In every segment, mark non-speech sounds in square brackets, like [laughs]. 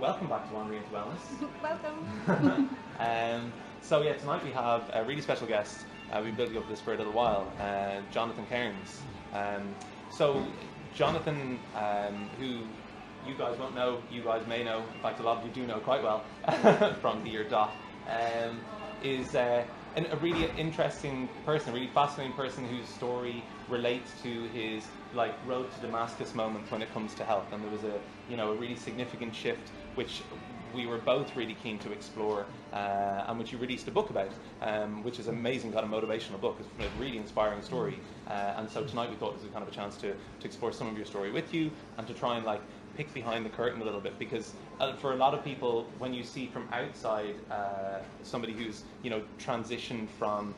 Welcome back to Wandering into Wellness. Welcome. um, so yeah, tonight we have a really special guest. Uh, we've been building up this for a little while, uh, Jonathan Cairns. Um, so Jonathan, um, who you guys won't know, you guys may know, in fact a lot of you do know quite well [laughs] from the year dot, um, is uh, an, a really interesting person, a really fascinating person whose story relates to his like road to Damascus moment when it comes to health. And there was a you know a really significant shift which we were both really keen to explore uh, and which you released a book about, um, which is amazing, kind of motivational book. It's a really inspiring story. Uh, and so tonight we thought this was kind of a chance to, to explore some of your story with you and to try and like pick behind the curtain a little bit because uh, for a lot of people, when you see from outside uh, somebody who's, you know, transitioned from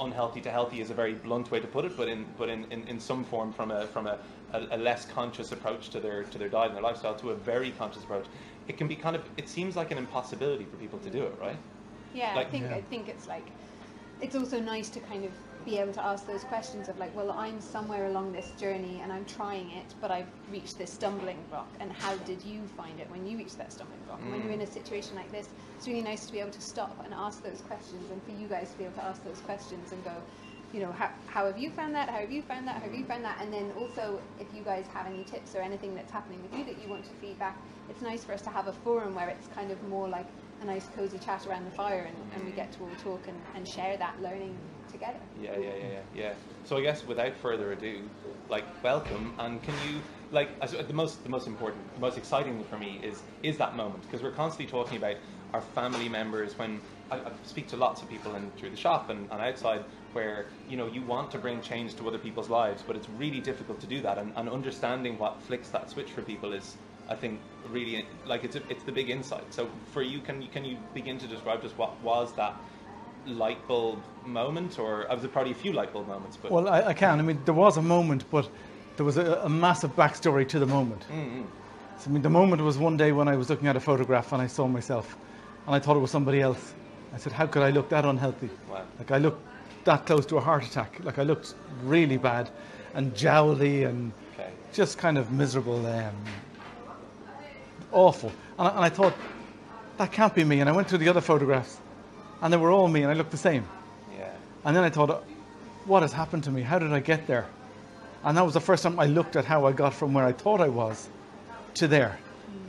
unhealthy to healthy is a very blunt way to put it, but in but in, in, in some form from a from a, a, a less conscious approach to their to their diet and their lifestyle to a very conscious approach, it can be kind of it seems like an impossibility for people to do it, right? Yeah, Like- I think Yeah. I think it's like it's also nice to kind of be able to ask those questions of like, well, I'm somewhere along this journey and I'm trying it, but I've reached this stumbling block. And how did you find it when you reached that stumbling block? And When you're in a situation like this, it's really nice to be able to stop and ask those questions, and for you guys to be able to ask those questions and go. You know, how, how have you found that? How have you found that? How have you found that? And then also, if you guys have any tips or anything that's happening with you that you want to feedback, it's nice for us to have a forum where it's kind of more like a nice cozy chat around the fire and, and we get to all talk and, and share that learning together. Yeah, yeah, yeah, yeah, yeah. So I guess without further ado, like welcome, and can you like I s- the most the most important, the most exciting thing for me is is that moment because we're constantly talking about our family members. When I, I speak to lots of people in through the shop and, and outside, where you know you want to bring change to other people's lives, but it's really difficult to do that. And, and understanding what flicks that switch for people is, I think, really like it's a, it's the big insight. So for you, can you can you begin to describe just what was that? light bulb moment, or uh, there probably a few light bulb moments, but Well, I, I can. I mean, there was a moment, but there was a, a massive backstory to the moment. Mm, So, I mean, the moment was one day when I was looking at a photograph and I saw myself, and I thought it was somebody else. I said, "How could I look that unhealthy? Wow. Like I looked that close to a heart attack. Like I looked really bad, and jowly, and okay, just kind of miserable, um, awful. And I, and I thought, that can't be me. And I went through the other photographs, and they were all me, and I looked the same. yeah, And then I thought, what has happened to me? How did I get there? And that was the first time I looked at how I got from where I thought I was to there.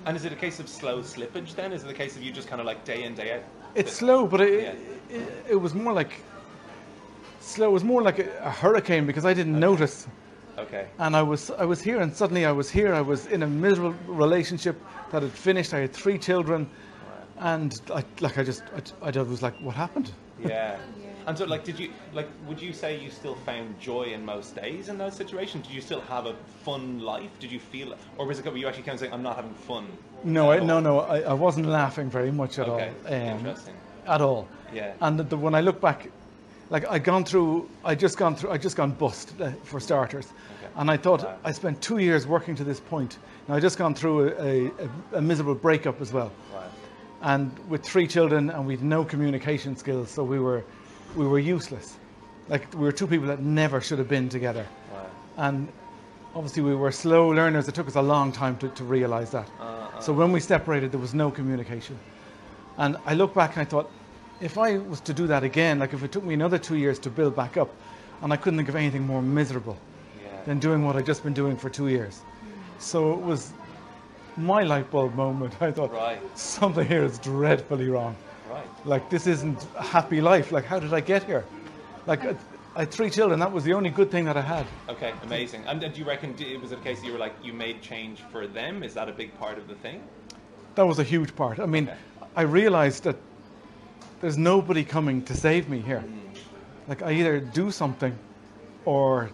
and is it a case of slow slippage then? Is it a case of you just kind of like day in day out? It's slow, but it, Yeah. it, it was more like slow. It was more like a, a hurricane because I didn't notice. Okay, And I was, I was here, and suddenly I was here. I was in a miserable relationship that had finished. I had three children, and I, like I just, I, I was like, what happened? yeah. And so, like, did you like? Would you say you still found joy in most days in those situations? Did you still have a fun life? Did you feel, or was it? Were you actually kind of saying, "I'm not having fun"? No, at I, all?" no, no. I, I wasn't laughing very much at Okay, all. um, interesting. At all. Yeah. And the, the, when I look back, like I'd gone through, I just gone through, I just gone bust uh, for starters, Okay. and I thought Wow. I spent two years working to this point. Now I just gone through a, a, a miserable breakup as well, Wow. and with three children, and we'd no communication skills, so we were, we were useless. Like we were two people that never should have been together, Wow. and obviously we were slow learners. It took us a long time to, to realize that. Uh, so when we separated, there was no communication. And I look back and I thought, if I was to do that again, like if it took me another two years to build back up, and I couldn't think of anything more miserable Yeah. than doing what I'd just been doing for two years. So it was my light bulb moment. [laughs] I thought, Right. something here is dreadfully wrong. right. Like this isn't a happy life. Like how did I get here? Like I, I had three children. That was the only good thing that I had. Okay. Amazing. And, and do you reckon d- was it a case that you were like you made change for them? Is that a big part of the thing? That was a huge part. I mean, Okay. I realized that there's nobody coming to save me here. Like, I either do something or,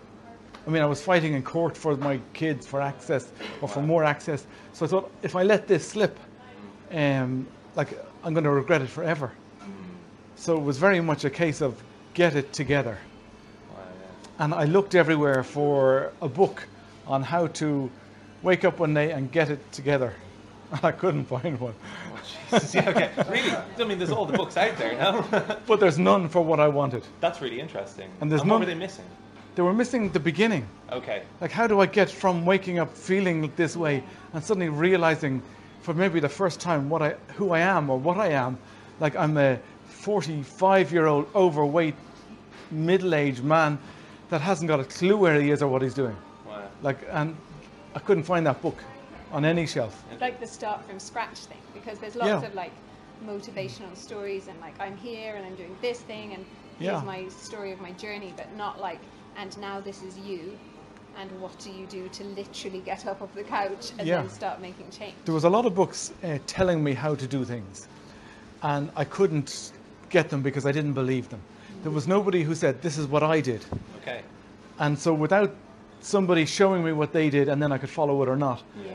I mean, I was fighting in court for my kids for access or for more access. So I thought, if I let this slip, um, like, I'm going to regret it forever. So it was very much a case of get it together Wow, yeah. and I looked everywhere for a book on how to wake up one day and get it together. [laughs] And I couldn't find one. Oh, Jesus, yeah, okay. Really? I mean, there's all the books out there now. But there's none for what I wanted. That's really interesting. And there's what no- were they missing? They were missing the beginning. Okay. Like, how do I get from waking up feeling this way and suddenly realizing for maybe the first time what I, who I am or what I am. Like I'm a 45 year old overweight middle aged man that hasn't got a clue where he is or what he's doing. Wow. Like, and I couldn't find that book on any shelf. like the start from scratch thing because there's lots Yeah. of like motivational stories and like I'm here and I'm doing this thing and here's Yeah. my story of my journey, but not like and now this is you and what do you do to literally get up off the couch and Yeah. then start making change. There was a lot of books uh, telling me how to do things, and I couldn't get them because I didn't believe them. There was nobody who said, This is what I did. Okay. And so, without somebody showing me what they did and then I could follow it or not, Yeah.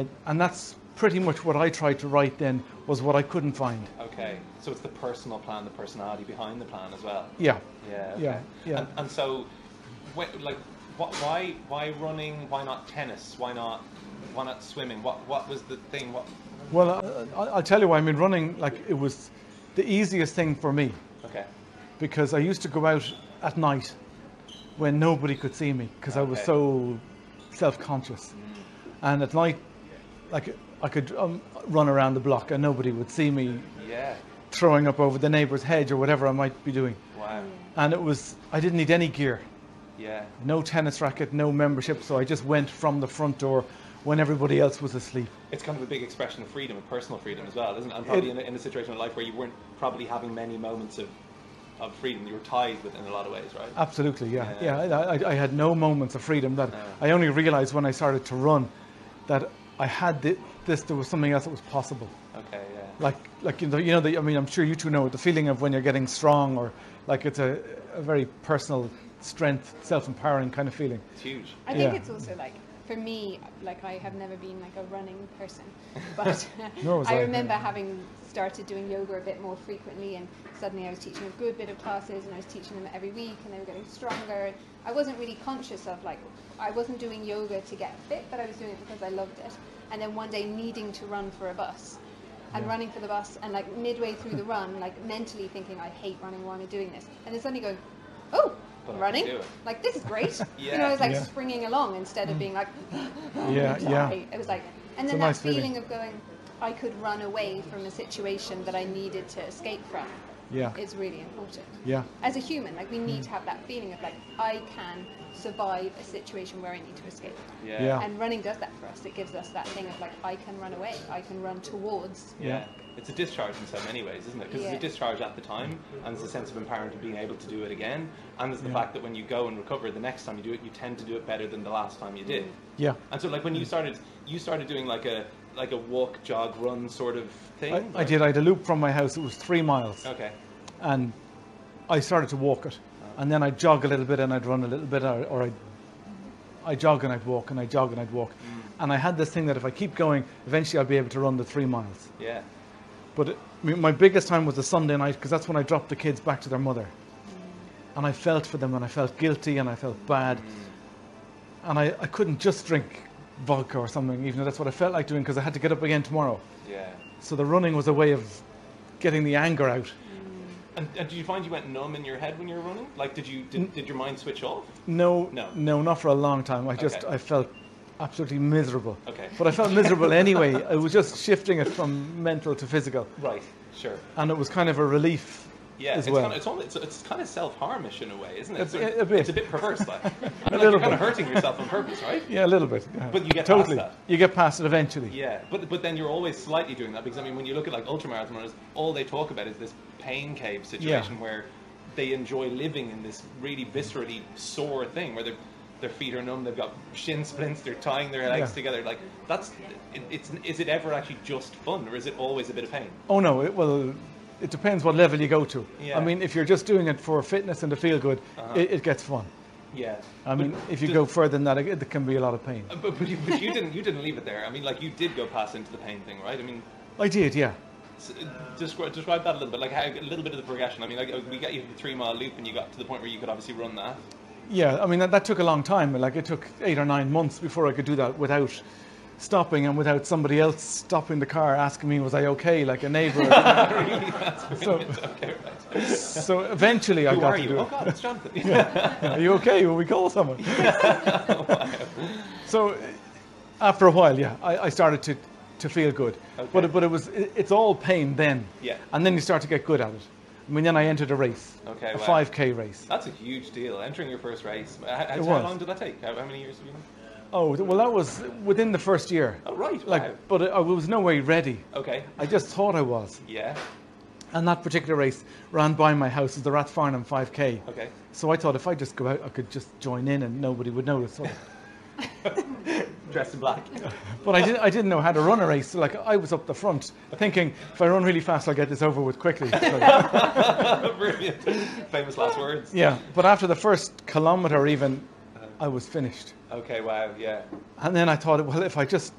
uh, and that's pretty much what I tried to write then, was what I couldn't find. Okay. So it's the personal plan, the personality behind the plan as well. Yeah. Yeah. okay. Yeah, yeah. And, and so, wh- like, what, why, why running? Why not tennis? Why not, why not swimming? What, what was the thing? What? Well, I- I, I'll tell you why. I mean, running, like, it was the easiest thing for me Okay. because I used to go out at night when nobody could see me because I was Okay. so self conscious. And at night, like, I could um, run around the block and nobody would see me Yeah. throwing up over the neighbor's hedge or whatever I might be doing. Wow. And it was, I didn't need any gear, Yeah. no tennis racket, no membership. So I just went from the front door when everybody else was asleep. It's kind of a big expression of freedom, of personal freedom as well, isn't it? And probably in, a, in a situation of life where you weren't probably having many moments of, of freedom. You were tied with in a lot of ways, Uh, right? Absolutely, yeah, Yeah. yeah. I, I- I had no moments of freedom. That No. I only realized when I started to run that I had thi- this. There was something else that was possible. Okay. Yeah. Like, like you know, you know. The, I mean, I'm sure you two know the feeling of when you're getting strong, or like it's a, a very personal strength, self-empowering kind of feeling. It's huge. I think Yeah. it's also like for me, like I have never been like a running person, [laughs] but Nor [laughs] was I I. remember having started doing yoga a bit more frequently, and suddenly I was teaching a good bit of classes, and I was teaching them every week, and they were getting stronger. And I wasn't really conscious of like I wasn't doing yoga to get fit, but I was doing it because I loved it. And then one day needing to run for a bus. And running for the bus, and like midway through the [laughs] run, like mentally thinking, I hate running. Why am I doing this? And then suddenly going, Oh, But I can running! do it. Like this is great. [laughs] You know, Yeah. Mm. I was like Yeah. springing along instead of being like, [gasps] Oh, Yeah, yeah. "Sorry." It was like, and It's then a that nice feeling feeling. of going, I could run away from a situation that I needed to escape from. Yeah. Is really important. Yeah. Mm. As a human, like we need to have that feeling of like, I can survive a situation where I need to escape. Yeah. Yeah. And running does that for us. It gives us that thing of like, I can run away. I can run towards. Yeah. It's a discharge in so many ways, isn't it? Because Yeah. it's a discharge at the time, and it's a sense of empowerment of being able to do it again. And there's the Yeah. fact that when you go and recover the next time you do it, you tend to do it better than the last time you did. Yeah. And so, like when Mm. you started, you started doing like a like a walk, jog, run sort of thing. I, I or- did. I had a loop from my house. It was three miles, Okay. and I started to walk it, and then I'd jog a little bit, and I'd run a little bit, or, or I'd I jog and I'd walk, and I jog and I'd walk, and I had this thing that if I keep going, eventually I'll be able to run the three miles. Yeah. But it, I mean, my biggest time was the Sunday night because that's when I dropped the kids back to their mother, and I felt for them, and I felt guilty, and I felt bad, and I, I couldn't just drink vodka or something, even though that's what I felt like doing because I had to get up again tomorrow. Yeah. So the running was a way of getting the anger out. And, and did you find you went numb in your head when you were running? Like, did you did, Mm. did your mind switch off? No, No. not for a long time. I just Okay. I felt absolutely miserable. Okay. But I [laughs] felt miserable anyway. It was just shifting it from mental to physical, Right. Sure. and it was kind of a relief. Yeah. as it's well. kind of it's, almost, it's, it's kind of self harmish in a way, isn't it? It's- Sort of- a- [laughs] a bit. It's a bit perverse, like. I mean, like, little you're kind of bit. hurting yourself on purpose, right? yeah, a little bit. yeah. But you get past totally. that. You get past it eventually. Yeah, but but then you're always slightly doing that because I mean, when you look at like ultramarathoners, all they talk about is this pain cave situation where they enjoy living in this really viscerally sore thing where their their feet are numb, they've got shin splints, they're tying their legs Yeah. together. Like that's it, it's is it ever actually just fun or is it always a bit of pain? Oh no, it well, it depends what level you go to. Yeah. Uh-huh. I mean, if you're just doing it for fitness and to feel good, it, it gets fun. Yeah, I mean, if you does- go further than that, it, it can be a lot of pain. But, [laughs] but, you, but you didn't you didn't leave it there. I mean, like you did go past into the pain thing, right? I mean, I did, yeah. S- Describe, describe that a little bit, like how, a little bit of the progression. I mean, like, we got you to the three mile loop, and you got to the point where you could obviously run that. [laughs] Yeah, I mean that, that took a long time. Like it took eight or nine months before I could do that without stopping and without somebody else stopping the car asking me was I okay, like a [laughs] neighbour. Really, that's so, okay, right? so eventually I Who got are to you? do Oh it. God, it's [laughs] Jonathan. Yeah. Are you okay? Will we call someone? [laughs] [laughs] so uh, after a while, yeah, I, I started to to feel good. But Okay. it- but it was it, it's all pain then. Yeah. And then you start to get good at it. I mean, then I entered a race. Okay, A wow. 5k race. That's a huge deal. Entering your first race. How, how, It how was. long did that take? How, how many years have you been? Oh, th- well that was within the first year. Oh, right. Like wow. but I was no way ready. Okay. I just thought I was. Yeah. And that particular race ran by my house as the Rathfarnham 5k. Okay. So I thought if I just go out, I could just join in and nobody would notice. So- Dressed in [laughs] black. [laughs] But I didn't, I didn't know how to run a race. So like I was up the front thinking, if I run really fast, I'll get this over with quickly. So, Brilliant. Famous last words. yeah. But after the first kilometer, even, I was finished. Okay. Wow. Yeah. And then I thought, well, if I just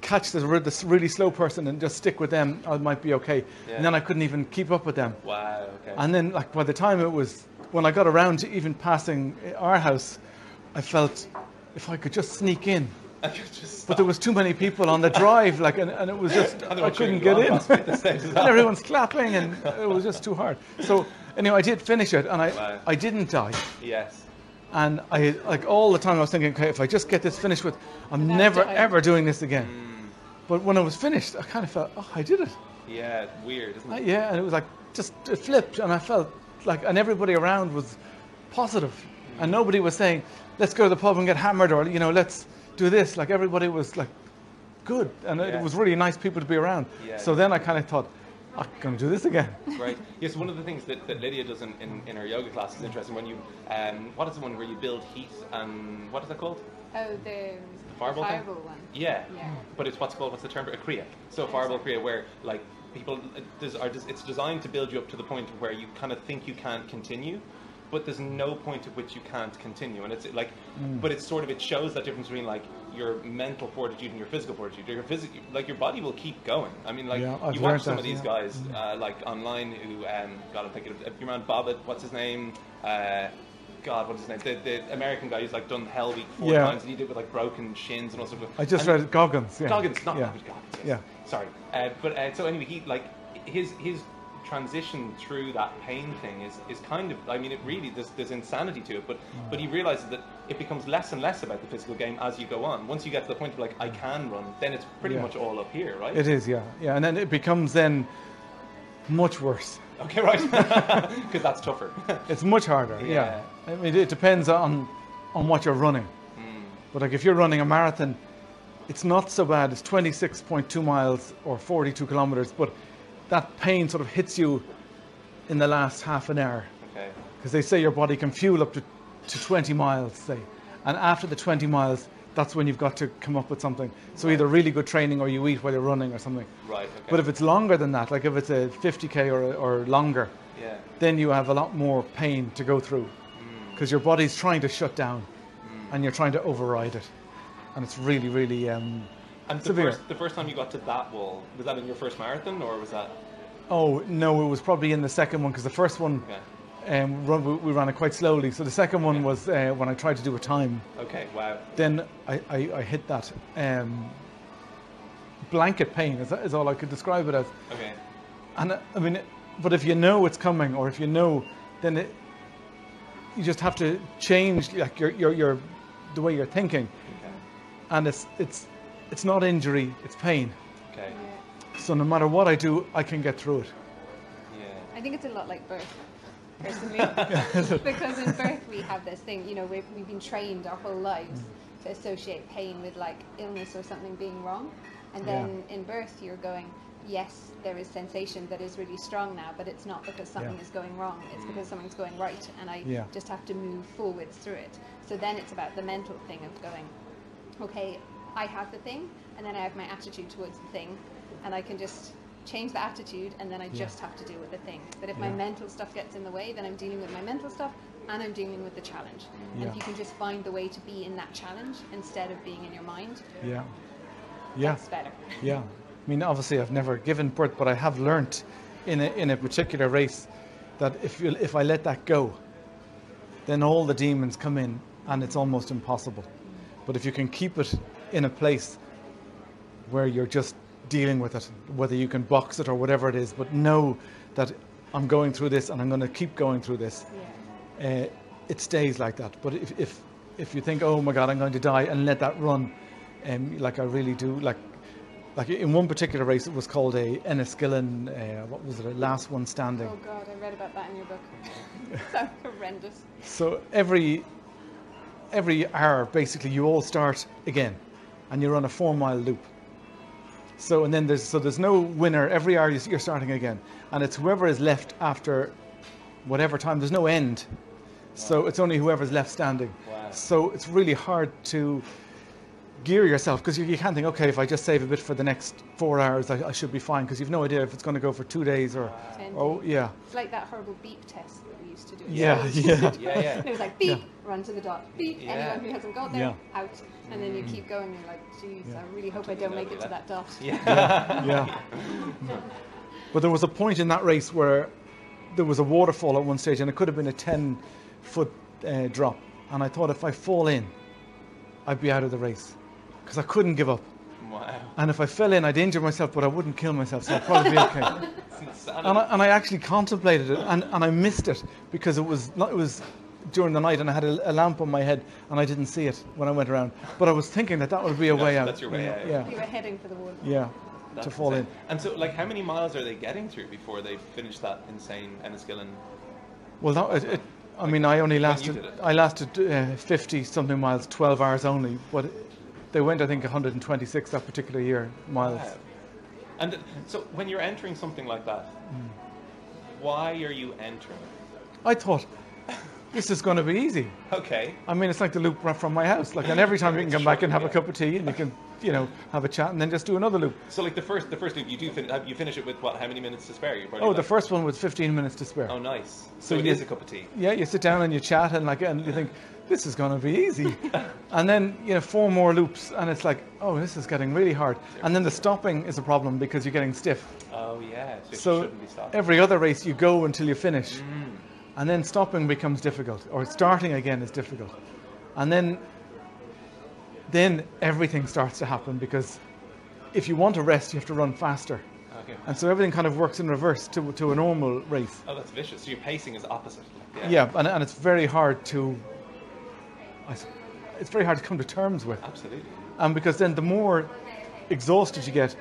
catch this, re- this really slow person and just stick with them, I might be okay. Yeah. And then I couldn't even keep up with them. Wow. Okay. And then, like by the time it was when I got around to even passing our house, I felt if I could just sneak in. [laughs] I could just But there was too many people on the drive, like, and, and it was just stop. They I were cheering couldn't you get on last in. [laughs] bit, the same as and that. everyone's clapping, and it was just too hard. So anyway, I did finish it, and I Wow. I didn't die. Yes. And I like all the time I was thinking, okay, if I just get this finished with, I'm Without never dying. ever doing this again. But when I was finished, I kind of felt, oh, I did it. Yeah. it's Weird, isn't Uh, it? yeah, and it was like just it flipped, and I felt like, and everybody around was positive, Mm. and nobody was saying, let's go to the pub and get hammered, or you know, let's do this. Like everybody was like good, and Yeah. it was really nice people to be around. Yeah. So then I kind of thought, I'm gonna do this again. [laughs] Right. Yes. One of the things that, that Lydia does in, in, in her yoga class is interesting. When you, um, what is the one where you build heat and what is that called? Oh, the Fireball thing? fireball one. Yeah. Yeah. But it's what's called what's the term for it? a kriya. So a fireball kriya, where like people uh, des- are des- it's designed to build you up to the point where you kind of think you can't continue, but there's no point at which you can't continue, and it's like, Mm. but it's sort of it shows that difference between like your mental fortitude and your physical fortitude. Your physic like your body will keep going. I mean, like Yeah, I've you learned watch some that, of these yeah. Mm. guys uh, like online who um, God, I'm thinking of your man Bobbitt. What's his name? Uh, God, what's his name? The, the American guy who's like done Hell Week four Yeah. times, and he did it with like broken shins and all sorts of. I [laughs] just and, read Goggins. Yeah. Goggins, not yeah. Goggins. Goggins, yes. Yeah. Sorry, uh, but uh, so anyway, he like his his transition through that pain thing is is kind of I mean it really there's there's insanity to it, but Mm. but he realizes that it becomes less and less about the physical game as you go on. Once you get to the point of like I can run, then it's pretty Mm. Yeah. much all up here, right? It is, yeah, yeah, and then it becomes then much worse. Okay, right, [laughs] because that's tougher. [laughs] It's much harder. Yeah. I mean, it depends on on what you're running. But like, if you're running a marathon, it's not so bad. It's 26.2 miles or 42 kilometers, but that pain sort of hits you in the last half an hour okay, because they say your body can fuel up to, to 20 miles, say, and after the 20 miles, that's when you've got to come up with something. So either really good training or you eat while you're running or something. right. Okay. But if it's longer than that, like if it's a 50k or, or longer, yeah, then you have a lot more pain to go through because your body's trying to shut down and you're trying to override it. And it's really, really. Um, and the severe. first the first time you got to that wall was that in your first marathon or was that oh, no, it was probably in the second one because the first one okay? um, run, we, we ran it quite slowly. So the second one was uh, when I tried to do a time. Okay, wow. Then I, I, I hit that um, blanket pain, is, is all I could describe it as. Okay, And uh, I mean, but if you know it's coming, or if you know, then it, you just have to change like your, your, your the way you're thinking. okay, And it's it's it's not injury, it's pain. okay, So no matter what I do, I can get through it. yeah. I think it's a lot like birth, [laughs] personally. because in birth, we have this thing, you know, we've, we've been trained our whole lives to associate pain with like illness or something being wrong. And then in birth, you're going, yes, there is sensation that is really strong now, but it's not because something Yeah. is going wrong, it's because something's going right, and I Yeah. just have to move forwards through it. So then it's about the mental thing of going, okay, I have the thing, and then I have my attitude towards the thing, and I can just change the attitude, and then I just have to deal with the thing. But if my Yeah. mental stuff gets in the way, then I'm dealing with my mental stuff, and I'm dealing with the challenge. And Yeah. if you can just find the way to be in that challenge instead of being in your mind, Yeah. Yeah. it's better. Yeah. I mean, obviously, I've never given birth, but I have learnt in a, in a particular race that if, you, if I let that go, then all the demons come in and it's almost impossible. But if you can keep it in a place where you're just dealing with it, whether you can box it or whatever it is, but know that I'm going through this and I'm going to keep going through this, uh, it stays like that. But if, if if you think, oh my God, I'm going to die, and let that run, um, like I really do, like Like in one particular race, it was called a Enniskillen. Uh, what was it? A last one standing. Oh God, I read about that in your book. [laughs] so horrendous. So every every hour, basically, you all start again, and you're on a four mile loop. So and then there's so there's no winner. Every hour you s- you're starting again, and it's whoever is left after whatever time. There's no end. So it's only whoever's left standing. Wow. So it's really hard to gear yourself because you, you can't think, okay, if I just save a bit for the next four hours, I, I should be fine because you've no idea if it's going to go for two days or, Ten oh yeah, It's like that horrible beep test that we used to do. at yeah, [laughs] [laughs] school. yeah. Yeah, yeah. [laughs] And it was like beep, run to the dot. Beep, Yeah. anyone who hasn't got there, Yeah. Mm. out. And then you keep going. You're like, geez, Yeah. I really hope I don't make it to that dot. Yeah. yeah. But there was a point in that race where there was a waterfall at one stage, and it could have been a 10 foot uh, drop. And I thought, if I fall in, I'd be out of the race because I couldn't give up. Wow. And if I fell in, I'd injure myself, but I wouldn't kill myself, so I'd probably [laughs] be okay. It's insanity. and, I, and I actually contemplated it, and, and I missed it because it was not, it was during the night, and I had a, a lamp on my head, and I didn't see it when I went around. But I was thinking that that would be a way out. that's your way you know, out. You were Yeah, heading for the wall. yeah, That's to fall in. insane. And so, like, how many miles are they getting through before they finish that insane Enniskillen? Well, no, it, it, I mean, I only did lasted. it. I lasted uh, fifty something miles, twelve hours only. But they went, I think, one hundred and twenty-six that particular year miles. Wow. And th- so, when you're entering something like that, Hmm. why are you entering? I thought this is going to be easy. Okay. I mean, it's like the loop right from my house. Like, and every time you can come back and have a cup of tea, and you can, you know, have a chat, and then just do another loop. So, like, the first, the first loop, you do fin- have- you finish it with what? How many minutes to spare? You're probably Oh, the like, first one was fifteen minutes to spare. Oh, nice. So, So it is you- a cup of tea. Yeah, you sit down and you chat, and like, and you think this is going to be [laughs] easy, and then you know four more loops, and it's like, oh, this is getting really hard, and then the stopping is a problem because you're getting stiff. Oh yeah. So, you So shouldn't be Mm. stopped. every other race you go until you finish, and then stopping becomes difficult, or starting again is difficult, and then then everything starts to happen because if you want to rest, you have to run faster, okay. and so everything kind of works in reverse to to a normal race. Oh, that's vicious. So your pacing is opposite. Like, Yeah, and, and it's very hard to. I s- It's very hard to come to terms with, Absolutely. and because then the more exhausted you get,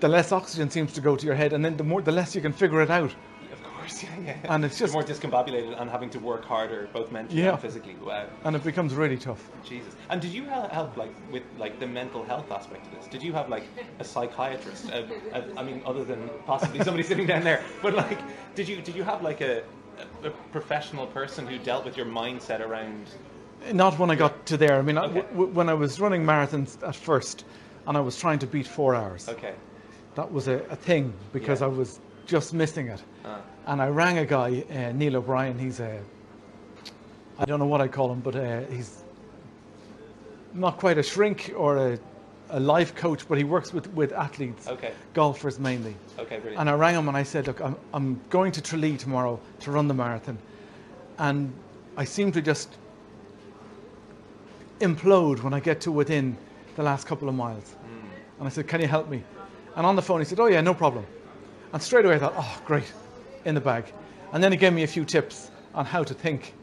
the less oxygen seems to go to your head, and then the more the less you can figure it out. Of course. [laughs] Yeah. yeah. And it's You're just- more discombobulated and having to work harder, both mentally Yeah. and physically. Wow. and it becomes really tough. Jesus. And did you hel- help like with like the mental health aspect of this? Did you have like a psychiatrist? A, a, I mean, other than possibly somebody [laughs] sitting down there, but like, did you did you have like a, a, a professional person who dealt with your mindset around? Not when I got to there. I mean, I- Okay. w- when I was running marathons at first, and I was trying to beat four hours, Okay. that was a, a thing because Yeah. I was just missing it. Uh, And I rang a guy, uh, Neil O'Brien. He's a, I don't know what I call him, but uh, he's not quite a shrink or a, a life coach, but he works with, with athletes, Okay. golfers mainly. okay. Brilliant. And I rang him and I said, Look, I'm, I'm going to Tralee tomorrow to run the marathon. And I seem to just implode when I get to within the last couple of miles. And I said, Can you help me? And on the phone, he said, Oh, yeah, no problem. And straight away I thought, Oh, great, in the bag. And then he gave me a few tips on how to think.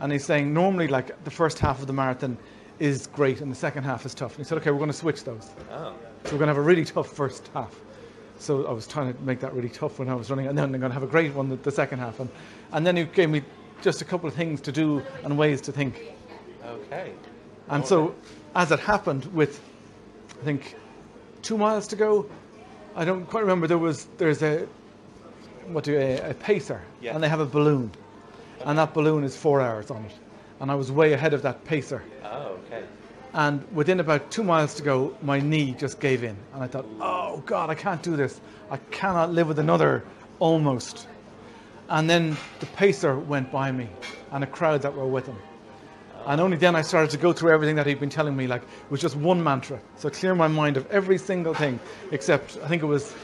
And he's saying, Normally, like the first half of the marathon is great and the second half is tough. And he said, Okay, we're going to switch those. oh. So we're going to have a really tough first half. So I was trying to make that really tough when I was running, and then I'm going to have a great one the, the second half. And, and then he gave me just a couple of things to do and ways to think. Okay. And so, as it happened, with I think two miles to go, I don't quite remember. There was there's a what do you- a, a pacer, Yeah. and they have a balloon, and that balloon is four hours on it, and I was way ahead of that pacer. Oh. Okay. And within about two miles to go, my knee just gave in. And I thought, oh God, I can't do this. I cannot live with another almost. And then the pacer went by me and a crowd that were with him. And only then I started to go through everything that he'd been telling me, like it was just one mantra. So clear my mind of every single thing, except I think it was,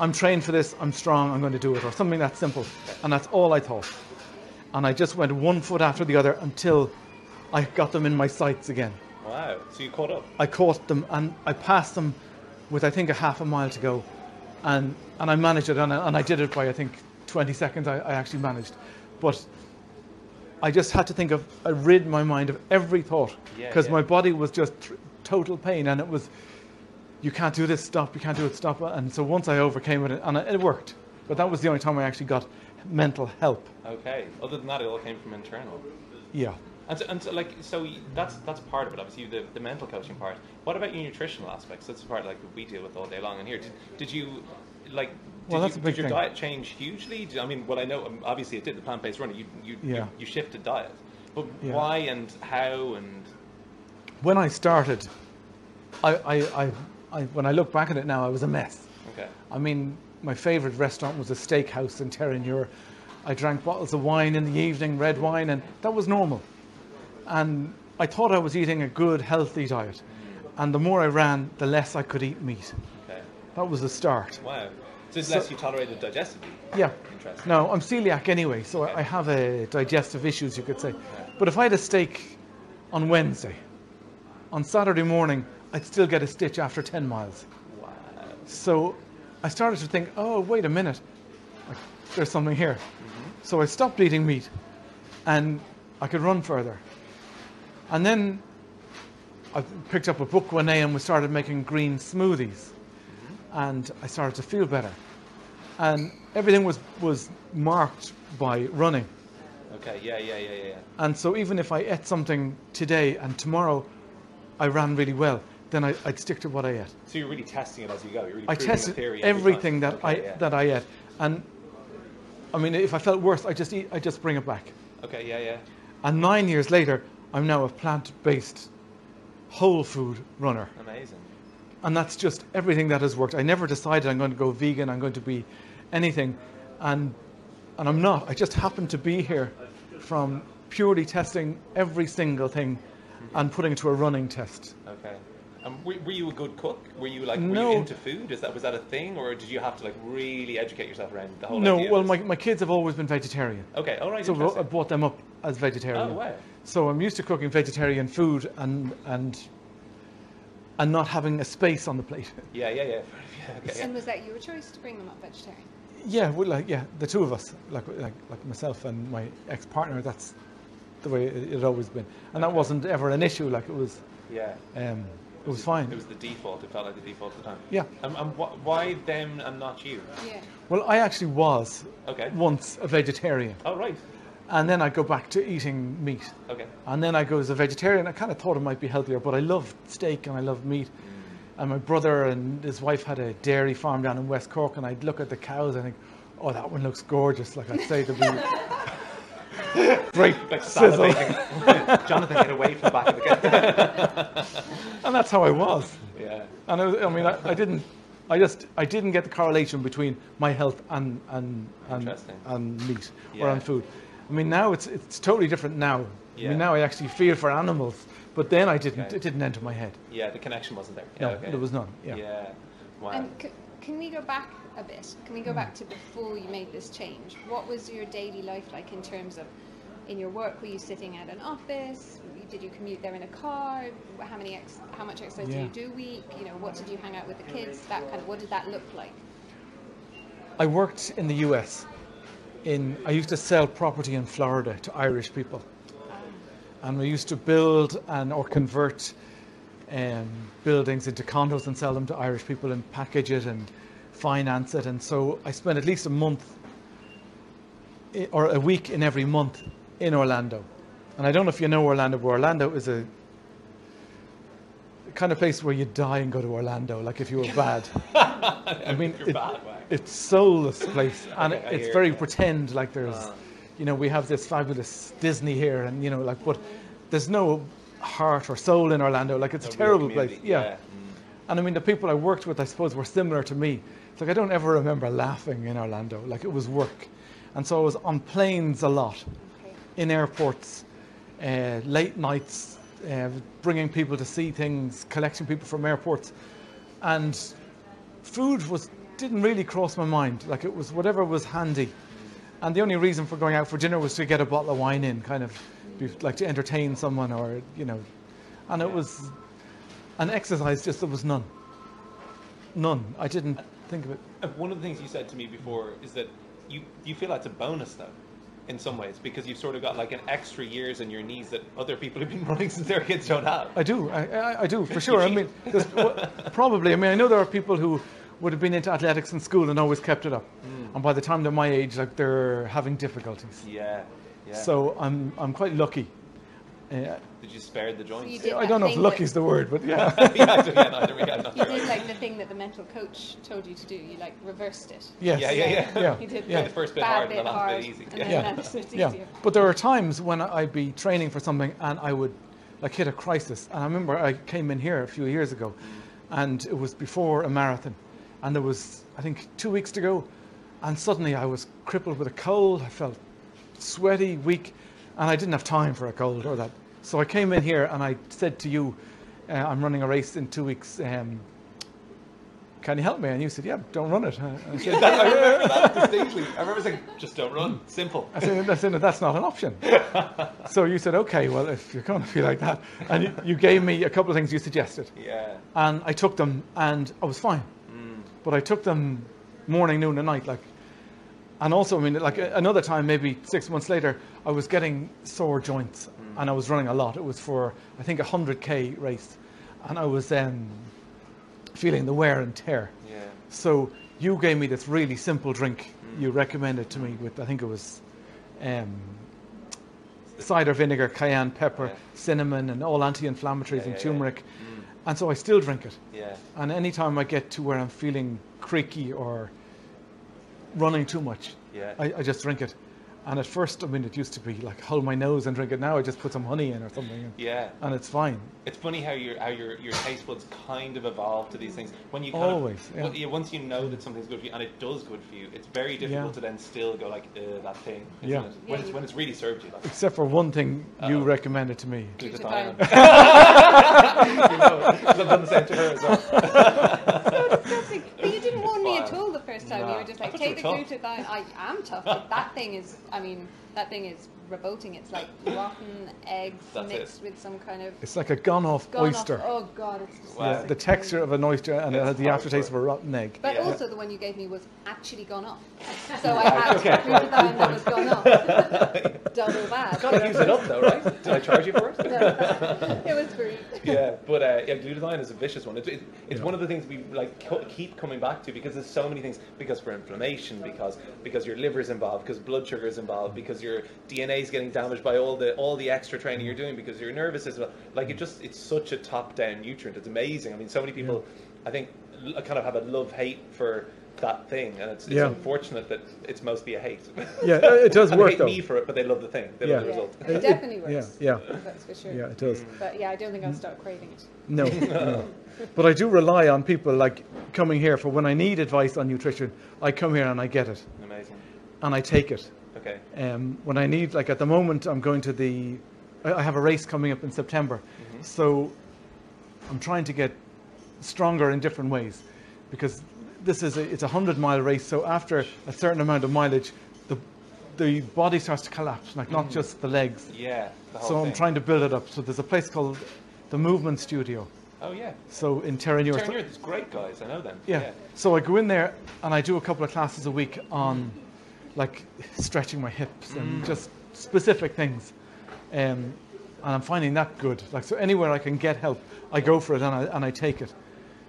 I'm trained for this, I'm strong, I'm going to do it, or something that simple. And that's all I thought. And I just went one foot after the other until I got them in my sights again. Wow. So you caught up. I caught them and I passed them with I think a half a mile to go, and and I managed it and I, and I did it by I think 20 seconds I, I actually managed, but I just had to think of I rid my mind of every thought Yeah, because yeah. my body was just tr- total pain and it was you can't do this, stop, you can't do it, stop. And so once I overcame it, and it worked. But that was the only time I actually got mental help. Okay. Other than that, it all came from internal. Yeah. And so, and so like, so y- that's that's part of it. Obviously, the, the mental coaching part. What about your nutritional aspects? That's the part like we deal with all day long. And here, did, did you like? Did Well, that's you, a big Did your thing. diet change hugely? Did, I mean, well, I know um, obviously it did. The plant based running, you you, Yeah. you you shifted diet, but Yeah. why and how and When I started, I, I, I, I, when I look back at it now, I was a mess. okay, I mean, my favorite restaurant was a steakhouse in Terranure. I drank bottles of wine in the evening, red wine, and that was normal. And I thought I was eating a good, healthy diet. And the more I ran, the less I could eat meat. okay, That was the start. wow. So, it's So- less you tolerated digestively. Yeah. Interesting. No, I'm celiac anyway, so I I have a digestive issues, you could say. But if I had a steak on Wednesday, on Saturday morning, I'd still get a stitch after 10 miles. Wow. So I started to think, oh, wait a minute, like, there's something here. Mm-hmm. So I stopped eating meat and I could run further. And then I picked up a book one day and we started making green smoothies. Mm-hmm. And I started to feel better. And everything was, was marked by running. Okay. Yeah. Yeah. Yeah. Yeah. yeah. And so even if I ate something today and tomorrow I ran really well, then I, I'd stick to what I ate. So you're really testing it as you go. You're really I proving the tested theory every time. everything that Okay, I yeah. that I ate, and I mean, if I felt worse, I just eat, I just bring it back. Okay. Yeah. Yeah. And nine years later, I'm now a plant-based, whole food runner, Amazing. and that's just everything that has worked. I never decided I'm going to go vegan. I'm going to be anything, and and I'm not. I just happen to be here from purely testing every single thing and putting it to a running test. Okay. Um, were, were you a good cook? Were you like were No. you into food? Is that was that a thing, or did you have to like really educate yourself around the whole? No, idea of well, this? my, my kids have always been vegetarian. Okay. All right. So I interesting. brought them up as vegetarian. Oh, wow. So I'm used to cooking vegetarian food and and and not having a space on the plate. [laughs] yeah. [laughs] Yeah. Yeah. yeah, okay, yeah. And was that your choice to bring them up vegetarian? yeah, well, like yeah, the two of us, like like like myself and my ex-partner. That's the way it, it had always been, and that wasn't ever an issue. Like it was, Yeah. um, it was fine. It was the default. It felt like the default at the time. Yeah. Um, and wh- why them and not you? Yeah. Well, I actually was Okay. once a vegetarian, Oh right. and then I go back to eating meat. Okay. And then I go as a vegetarian. I kind of thought it might be healthier, but I love steak and I love meat. Mm. And my brother and his wife had a dairy farm down in West Cork, and I'd look at the cows and think, oh, that one looks gorgeous. Like I'd say to [laughs] be great Like sizzle. salivating. [laughs] Jonathan, get away from the back of the car. And that's how I was. [laughs] yeah. And I, was- I mean, I, I didn't. I just I didn't get the correlation between my health and and and, Interesting. and meat or Yeah. on food. I mean now it's it's totally different now. I Yeah. mean now I actually feel for animals, but then I didn't Okay. it didn't enter my head. Yeah. The connection wasn't there. No, yeah, okay. there was none. Yeah. Yeah. Wow. And c- can we go back a bit? Can we Hmm. go back to before you made this change? What was your daily life like in terms of in your work? Were you sitting at an office? Did you commute there in a car? How many ex- how much exercise Yeah. did you do a week? You know, what did you hang out with the kids? That kind of what did that look [laughs] like? I worked in the U.S. In I used to sell property in Florida to Irish people, and we used to build and or convert um, buildings into condos and sell them to Irish people and package it and finance it. And so I spent at least a month i- or a week in every month in Orlando. And I don't know if you know Orlando, but Orlando is a kind of place where you die and go to Orlando, like if you were [laughs] bad. I mean, you're it- bad, wow. it's soulless place, and Okay, I it's hear very you. Uh-huh. pretend. Like there's, you know, we have this fabulous Disney here, and you know, like, but there's no heart or soul in Orlando. Like it's A a real terrible place. community, Yeah. yeah. And I mean, the people I worked with, I suppose, were similar to me. It's like I don't ever remember laughing in Orlando. Like it was work, and so I was on planes a lot Okay. in airports, uh, late nights, uh, bringing people to see things, collecting people from airports, and food was didn't really cross my mind. Like it was whatever was handy, and the only reason for going out for dinner was to get a bottle of wine in, kind of be, like to entertain someone or you know, and it was an exercise. Just there was none, none. I didn't think of it. Uh, And One of the things you said to me before is that you you feel that's a bonus though. in some ways because you've sort of got like an extra years in your knees that other people who've been [laughs] running since their kids don't have. I do, I, I, I do for sure. I mean, [laughs] there's, w- probably. I mean, I know there are people who would have been into athletics in school and always kept it up, Mm. and by the time they're my age, like they're having difficulties. Yeah. Yeah. So I'm I'm quite lucky. Uh, did you spare the joints? [laughs] you did. I don't know if Thing lucky that- is the word, but yeah. yeah, so, yeah, neither we had nor You I. did like the thing that the mental coach told you to do. You like reversed it. Yes. Yeah, yeah, yeah. Yeah. [laughs] You did Yeah. the The first bit bad hard and the last bit hard, easy. And Yeah. then Yeah. that's it's yeah. easier. But there were times when I'd be training for something and I would like hit a crisis. And I remember I came in here a few years ago and it was before a marathon. And there was, I think, two weeks to go. And suddenly I was crippled with a cold. I felt sweaty, weak, and I didn't have time for a cold or that. So I came in here and I said to you, uh, I'm running a race in two weeks. Um, can you help me? And you said, Yeah, don't run it. And [laughs] I said, That- I remember that distinctly. I remember saying, just don't run. [laughs] Simple. I said, I said, that's not an option. so you said, okay, well, if you're going to feel like that. And you, you gave me a couple of things you suggested. Yeah. And I took them and I was fine. But I took them morning, noon, and night. Like, and also, I mean, like a- another time, maybe six months later, I was getting sore joints and I was running a lot. It was for, I think, a 100K race. And I was um, feeling the wear and tear. Yeah. So you gave me this really simple drink. You recommended to me with I think it was um, cider vinegar, cayenne pepper, Yeah. cinnamon, and all anti-inflammatories Yeah, and yeah, yeah. turmeric. And so I still drink it. Yeah. And anytime I get to where I'm feeling creaky or running too much, Yeah. I, I just drink it. And at first, I mean, it used to be like hold my nose and drink it. Now I just put some honey in or something, and, Yeah. and it's fine. It's funny how your how your, your taste buds kind of evolve to these things. When you kind Always, of, yeah. well, once you know that something's good for you and it does good for you, it's very difficult Yeah. to then still go like uh, that thing. Isn't Yeah. It? When Yeah, it's you- when it's really served you. Like, [laughs] Except for one thing you Uh-oh. recommended to me. glutathione. Glutathione. [laughs] You know, 'cause I've done the same to her as well. so disgusting. But you didn't warn me at Fire. all the first time. You Nah. were just I like, thought you take the were glue to thine. I am tough, but that thing is, I mean, that thing is revolting. It's like rotten eggs That's it. mixed with some kind of It's like a gone-off gone off- oyster. Oh god, it's Wow. Yeah, disgusting. the texture of an oyster and it It's had the horrible. aftertaste of a rotten egg. But Yeah. also the one you gave me was actually [laughs] gone off. So I had glutathione that was gone off. Double bad. [laughs] Gotta use it up though, right? Did I charge you for it? it was very. [laughs] yeah, [laughs] but uh, yeah, glutathione is a vicious one. It's, it's, it's Yeah. one of the things we like co- keep coming back to because there's so many things because for inflammation, because because your liver is involved, because blood sugar is involved, because your DNA is getting damaged by all the all the extra training you're doing, because your nervous system. Like it just it's such a top down nutrient. It's amazing. I mean, so many people, I think, l- kind of have a love hate for that thing, and it's, it's Yeah. unfortunate that it's mostly a hate. [laughs] Yeah, it does And [laughs] they work hate though. me for it, but they love the thing. They Yeah. love the Yeah, result. it definitely Yeah, works. yeah, That's for sure. yeah, it does. But yeah, I don't think I'll start craving it. No, no. But I do rely on people like coming here for when I need advice on nutrition, I come here and I get it [laughs] Amazing. and I take it. Okay. Um, when I need, like at the moment, I'm going to the, I I have a race coming up in September. So I'm trying to get stronger in different ways because this is a, it's a 100 mile race. So after a certain amount of mileage, the, the body starts to collapse, like not just the legs. Yeah. the whole So I'm thing. trying to build it up. So there's a place called the Movement Studio. Oh yeah. So in Terranure. Turn Earth is great, guys. I know them. Yeah. So I go in there and I do a couple of classes a week on like stretching my hips Mm. and just specific things. Um, and I'm finding that good. Like so anywhere I can get help, I go for it and I, and I take it.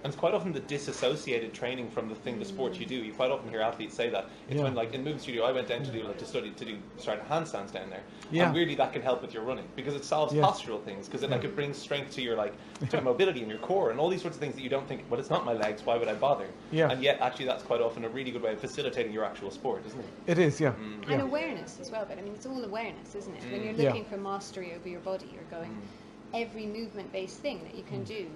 And it's quite often the disassociated training from the thing, the sport you do. You quite often hear athletes say that. It's Yeah. when, like, in movement studio, I went down to do like to study to do start handstands down there. Yeah. And weirdly, that can help with your running because it solves Yeah. postural things because it like it brings strength to [laughs] your like to your mobility and your core and all these sorts of things that you don't think. Well, it's not my legs. Why would I bother? Yeah. And yet, actually, that's quite often a really good way of facilitating your actual sport, isn't it? It is, yeah. Mm. Mm. And yeah. awareness as well, but I mean, it's all awareness, isn't it? When you're Yeah. looking for mastery over your body, you're going, Mm. every movement based thing that you can do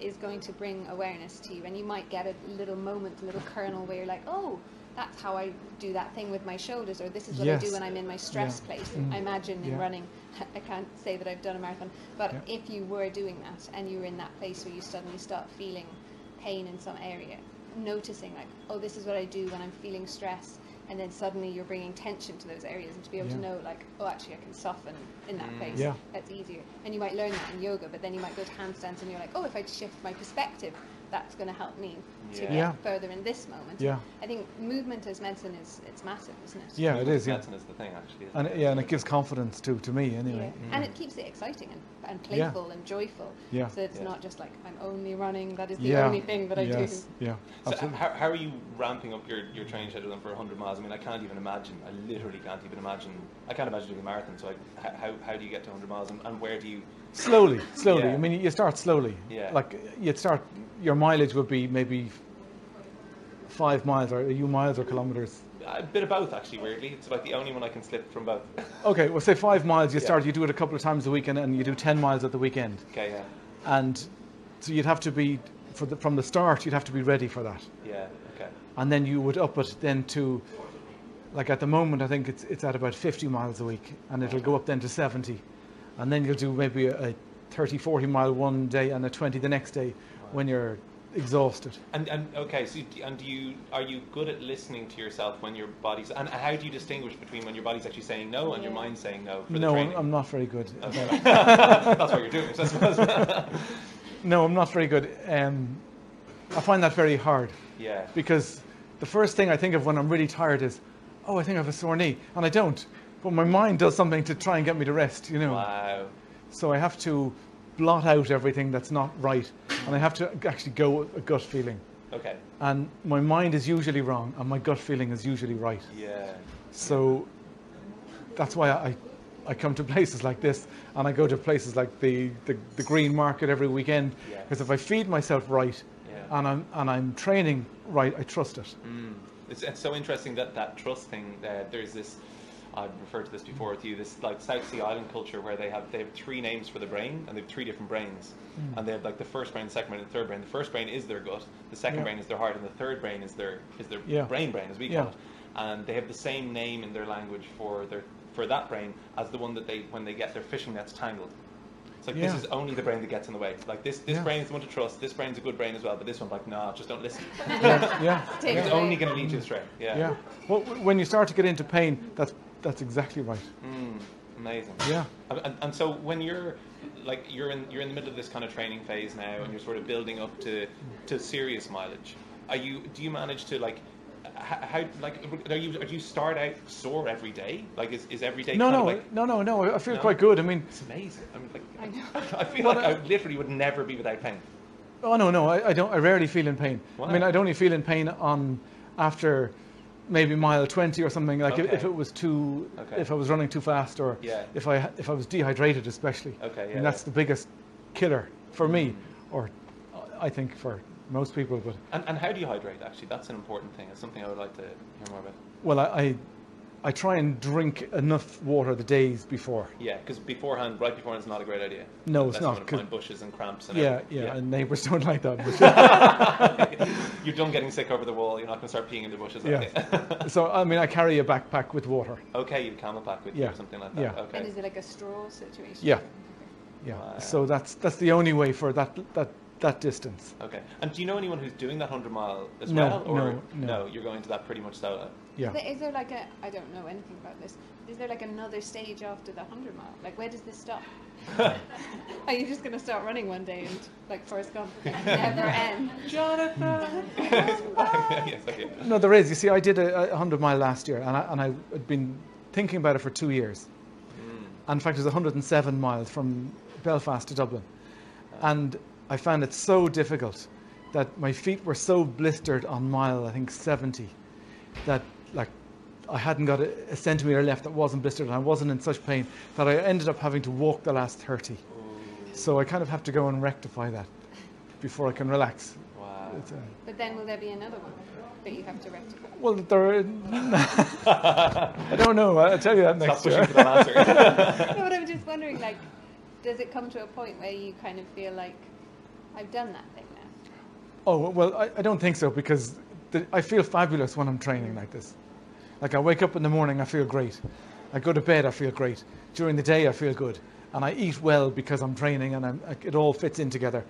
is going to bring awareness to you. And you might get a little moment, a little kernel where you're like, oh, that's how I do that thing with my shoulders, or this is what I Yes. do when I'm in my stress Yeah. Mm. place. I imagine in Yeah. running, [laughs] I can't say that I've done a marathon, but Yeah. if you were doing that and you were in that place where you suddenly start feeling pain in some area, noticing like, oh, this is what I do when I'm feeling stress, and then suddenly you're bringing tension to those areas, and to be able to Yeah. know like, oh, actually, I can soften in that place. Yeah. That's easier. And you might learn that in yoga, but then you might go to handstands and you're like, oh, if I shift my perspective, that's going to help me to Yeah. get Yeah. further in this moment. Yeah. I think movement as medicine is it's massive, isn't it? Yeah, it is. Yeah, Medicine is the thing, actually. isn't and it? it- yeah, and it gives confidence to to me Yeah. anyway. And it keeps it exciting and, and Yeah. playful and joyful. Yeah. So it's Yeah. not just like I'm only running. That is the Yeah. only thing that I yes. do. Yeah. So Absolutely. how, how are you ramping up your, your training schedule then for 100 miles? I mean, I can't even imagine. I literally can't even imagine. I can't imagine doing a marathon. So I, h- how, how do you get to 100 miles and, and where do you... Slowly, slowly. Yeah. I mean, you start slowly. Yeah. Like you'd start. Your mileage would be maybe five miles, or are you miles or kilometers? A bit of both, actually, weirdly. It's about the only one I can slip from [laughs] both. Okay, well, say five miles. You Yeah. start. You do it a couple of times a weekend, and you do ten miles at the weekend. okay, yeah. And so you'd have to be for the, from the start. You'd have to be ready for that, Yeah, okay. and then you would up it then to, like at the moment, I think it's it's at about fifty miles a week, and it'll go up then to seventy, and then you'll do maybe a, a 30, 40 mile one day and a twenty the next day, when you're exhausted. And, and okay, so d- and do you are you good at listening to yourself when your body's and how do you distinguish between when your body's actually saying no and your Yeah. mind's saying no for No, the I'm, training? I'm not very good. at [laughs] that. That's what you're doing. So I [laughs] suppose. No, I'm not very good. Um, I find that very hard yeah. because the first thing I think of when I'm really tired is, oh, I think I have a sore knee, and I don't. But my mind does something to try and get me to rest, you know. Wow. So I have to blot out everything that's not right, and I have to actually go with a gut feeling. Okay. And my mind is usually wrong, and my gut feeling is usually right. Yeah. So that's why I, I come to [laughs] places like this and I go to places like the, the, the green market every weekend Yeah. because if I feed myself right Yeah. Mm. and, I'm, and I'm training right, I trust it. It's, it's so interesting that that trust thing. Uh, there's this. I've referred to this before with you. This like South Sea Island culture where they have they have three names for the brain and they have three different brains, Mm. and they have like the first brain, the second brain, and the third brain. The first brain is their gut, the second Yeah. brain is their heart, and the third brain is their is their Yeah. brain brain as we Yeah. call it. And they have the same name in their language for their for that brain as the one that they when they get their fishing nets tangled. It's like Yeah. this is only the brain that gets in the way. Like this this Yeah. brain is the one to trust. This brain's a good brain as well, but this one like nah, just don't listen. [laughs] Yeah. Take It's it away. only going to lead you astray. Yeah. Yeah. Well, when you start to get into pain, that's, that's exactly right. Mm, amazing. Yeah. And, and, and so when you're like you're in you're in the middle of this kind of training phase now, and you're sort of building up to to serious mileage. Are you? Do you manage to like? h- How like are you? Do you start out sore every day? Like is, is every day? No, kind no, Of like, no, no, no. I feel No? quite good. I mean, it's amazing. I'm like, I [laughs] know. I feel like uh, I literally would never be without pain. Oh no, no, I, I don't. I rarely feel in pain. I mean, Wow. I'd only feel in pain on after maybe mile twenty or something. Like if, Okay. if it was too, Okay. if I was running too fast, or Yeah. if I if I was dehydrated, especially. Okay, I mean, yeah, that's yeah. Mm-hmm. the biggest killer for me, or I think for most people. But And, and how do you hydrate? Actually, that's an important thing. It's something I would like to hear more about. well, I, I I try and drink enough water the days before. Yeah, because beforehand, right beforehand, is not a great idea. No, it's Unless you not, want to 'cause- find bushes and cramps and Yeah, everything. yeah, and neighbours [laughs] don't like that. But [laughs] You're done getting sick over the wall. You're not going to start peeing in the bushes. are yeah. you? so I mean, I carry a backpack with water. [laughs] okay, you camel pack with you Yeah. or something like that. Yeah. Okay. And is it like a straw situation? Yeah. Yeah. Wow. So that's that's the only way for that that that distance. okay. And do you know anyone who's doing that hundred mile as No, well, or no, no. You're going to that pretty much [laughs] solo. Yeah. Is there- Is there like a I don't know anything about this. Is there like another stage after the hundred mile? Like where does this stop? Are you just gonna start running one day and like Forrest Gump and never end? Jonathan. [laughs] yes, okay. No, there is. You see, I did a, a hundred mile last year, and I and I had been thinking about it for two years. And in fact, it was 107 miles from Belfast to Dublin, and I found it so difficult that my feet were so blistered on mile I think 70 that like I hadn't got a, a centimeter left that wasn't blistered, and I wasn't in such pain that I ended up having to walk the last 30. So I kind of have to go and rectify that before I can relax. Wow. [laughs] It's, uh, [laughs] But then will there be another one that you have to rectify? [laughs] well, there. Are, I don't know. I'll tell you that Stop next pushing year. for that answer. [laughs] no, but I'm just wondering, like, does it come to a point where you kind of feel like I've done that thing now? Oh well, I, I don't think so because the, I feel fabulous when I'm training like this. Like I wake up in the morning, I feel great. I go to bed, I feel great. During the day, I feel good, and I eat well because I'm training, and I'm, like, it all fits in together,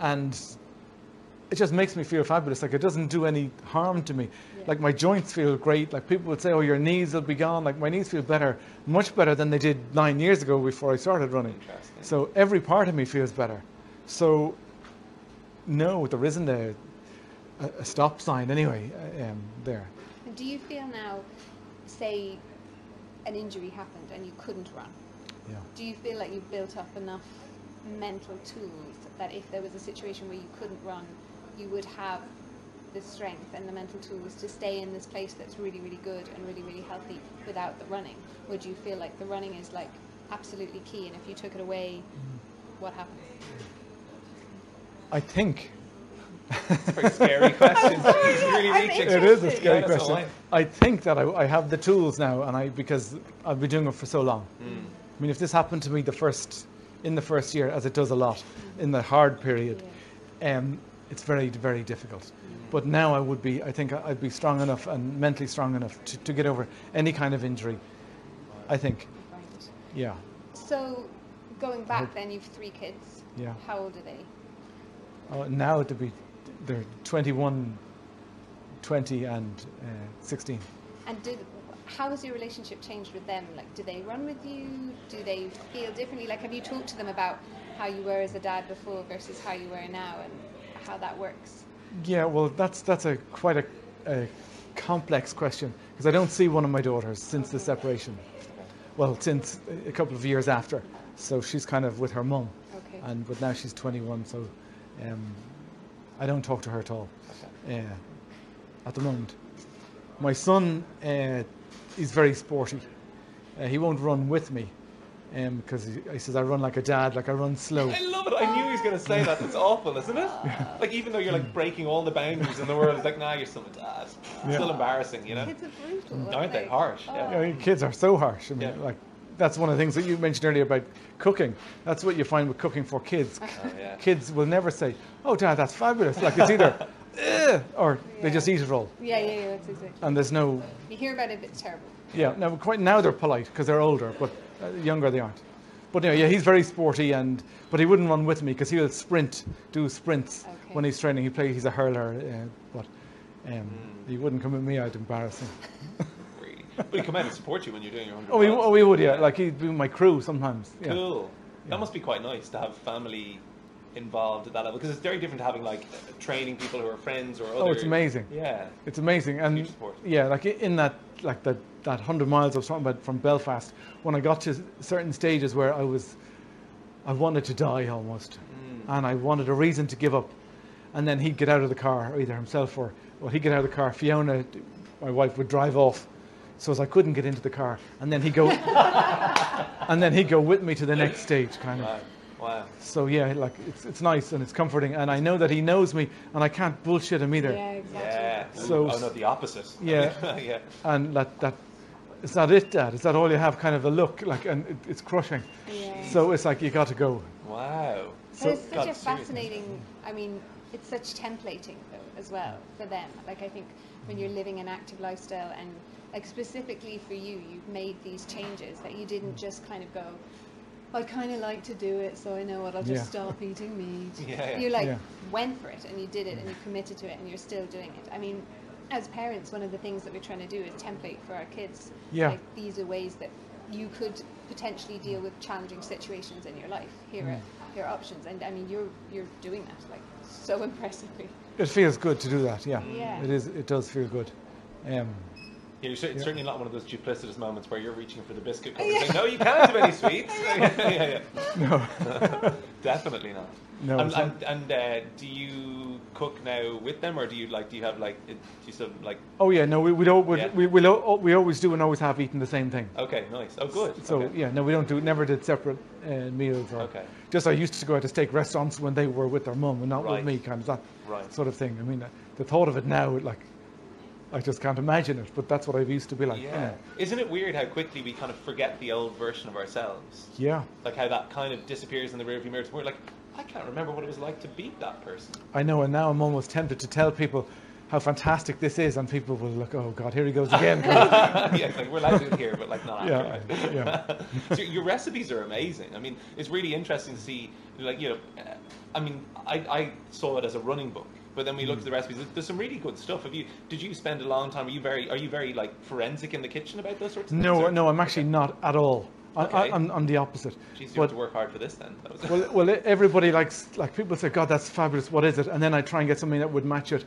and it just makes me feel fabulous. Like it doesn't do any harm to me. Yeah. Like my joints feel great. Like people would say, "Oh, your knees will be gone." Like my knees feel better, much better than they did nine years ago before I started running. Interesting. So every part of me feels better. So no, there isn't a, a, a stop sign anyway uh, um, there. And do you feel now, say, an injury happened and you couldn't run? Yeah. Do you feel like you've built up enough mental tools that if there was a situation where you couldn't run, you would have the strength and the mental tools to stay in this place that's really, really good and really, really healthy without the running? Or do you feel like the running is like absolutely key and if you took it away, what happens? I think It's a very scary [laughs] question. He's really I'm reaching. it is a Interesting. scary Yeah, that's all question. I think that I, I have the tools now, and I because I've been doing it for so long. Hmm. I mean, if this happened to me the first in the first year, as it does a lot in the hard period, um, it's very very difficult. But now I would be, I think I- I'd be strong enough and mentally strong enough to, to get over any kind of injury. I think, Right. yeah. So, going back then, you've three kids. Yeah. How old are they? Uh, now to be, they're 21, 20, and uh, 16. And did how has your relationship changed with them? Like, do they run with you? Do they feel differently? Like, have you talked to them about how you were as a dad before versus how you are now, and how that works? Yeah, well, that's that's a quite a, a complex question because I don't see one of my daughters since the separation. Well, since a couple of years after, so she's kind of with her mum, Okay. and but now she's 21, so um, I don't talk to her at all uh, at the moment. My son uh, is very sporty. Uh, he won't run with me because he, he says I run like a dad, like I run slow. I love it. I knew he was going to say that. It's awful, isn't it? Like even though you're like breaking all the boundaries in the world, it's like, nah, you're still a dad. It's Still embarrassing, you know. Kids oh. are brutal. Aren't uh, they harsh? Yeah, I Yeah. mean, kids are so harsh. I mean, Yeah. like that's one of the things that you mentioned earlier about cooking. That's what you find with cooking for kids. Oh, yeah. Kids will never say, "Oh, Dad, that's fabulous." Like it's either, "Ugh," or they Yeah. just eat it all, Yeah, yeah, yeah. That's exactly. and there's no, You hear about it, it's terrible. yeah. Now, quite now they're polite because they're older, but uh, younger they aren't. But anyway, yeah, he's very sporty, and but he wouldn't run with me because he'll sprint, do sprints Okay. when he's training. He play, he's a hurler, uh, but um, he wouldn't come at me. I'd embarrass him. Really. But he come out and support you when you're doing your hundred. Oh, he, oh, he would, yeah. Like he'd be my crew sometimes. Yeah. Cool. That must be quite nice to have family involved at that level because it's very different to having like training people who are friends or other. Oh, it's amazing. Yeah. It's amazing, and Huge support. yeah, like i- in that, like that, that hundred miles I was talking about from Belfast. When I got to s- certain stages where I was, I wanted to die almost, and I wanted a reason to give up, and then he'd get out of the car, either himself or well, he'd get out of the car. Fiona, d- my wife, would drive off, so as I couldn't get into the car, and then he'd go, and then he'd go with me to the next stage, kind of. Wow. Wow. So yeah, like it's it's nice and it's comforting, and I know that he knows me, and I can't bullshit him either. Yeah, exactly. Yeah. So- oh no, the opposite. Yeah. [laughs] yeah. and that that is that it dad is that all you have kind of a look like and it, it's crushing Yeah. so it's like you got to go Wow. But God, it's such a seriously. fascinating. I mean, it's such templating though, as well for them. Like I think when Mm. you're living an active lifestyle and like specifically for you, you've made these changes that you Mm. didn't just kind of go. I kind of like to do it, so I know what I'll just Yeah. stop eating [laughs] meat. Yeah, Mm. yeah. You like Yeah. went for it and you did it and you committed to it and you're still doing it. I mean, as parents, one of the things that we're trying to do is template for our kids. Yeah. Like these are ways that you could potentially deal with challenging situations in your life. Here Hmm. are your options, and I mean, you're you're doing that like so [laughs] impressively. it feels good to do that yeah, Yeah. it is it does feel good um, Yeah, you're cer- it's certainly not one of those duplicitous moments where you're reaching for the biscuit cover and saying, no, you can't have any sweets. yeah, yeah, [laughs] yeah. No. [laughs] Definitely not. No, And, it's not. and, and uh, do you cook now with them or do you like, do you have like, it- do you still like, oh yeah no we, we don't we, Yeah. we, we'll al- we always do and always have eaten the same thing okay, nice. Oh, good. so okay. yeah no we don't do never did separate uh, meals or Okay. just i used to go out to steak restaurants when they were with their mum and not Right. with me kind of that Right. sort of thing i mean uh, the thought of it now like i just can't imagine it but that's what i've used to be like you Yeah. know. Isn't it weird how quickly we kind of forget the old version of ourselves? yeah Like how that kind of disappears in the rearview mirror. to We're like, I can't remember what it was like to beat that person. I know, and now I'm almost tempted to tell people how fantastic this is, and people will look, "Oh God, here he goes [laughs] again." yeah, it's like we're allowed to do it here, but like not Yeah, after. right? so your- your recipes are amazing. I mean, it's really interesting to see. Like you know, uh, I mean, I, I saw it as a running book, but then we looked at Mm. the recipes. There's some really good stuff. Have you? Did you spend a long time? Are you very? Are you very like forensic in the kitchen about those sorts of things? no, or- no, I'm actually not at all. I, Okay. I, I'm, I'm the opposite. Jeez, you have But to work hard for this then. That was- well, well, e-, everybody likes like people say, "God, that's fabulous. What is it?" And then I try and get something that would match it,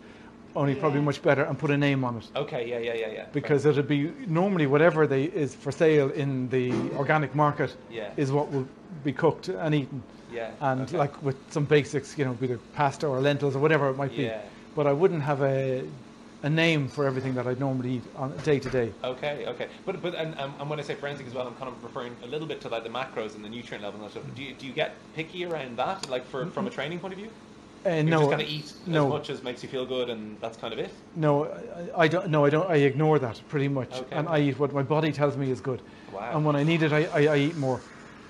only probably Yeah. much better, and put a name on it [laughs] okay, yeah, yeah, yeah, yeah. fair. because it'll be normally whatever they is for sale in the organic market Yeah. is what will be cooked and eaten, yeah, and okay. like with some basics, you know, either pasta or lentils or whatever it might be. Yeah. But I wouldn't have a a name for everything that I would normally eat on day to day. Okay, okay, but but and, um, and and when I say forensic as well, I'm kind of referring a little bit to like the macros and the nutrient level and that stuff. Do you, do you get picky around that, like for from a training point of view? Uh, You're Mm-hmm. no, just gonna eat no. as much as makes you feel good, and that's kind of it. No, I- I don't. No, I don't. I ignore that pretty much, Okay. and I eat what my body tells me is good. Wow. And when I need it, I, I, I eat more.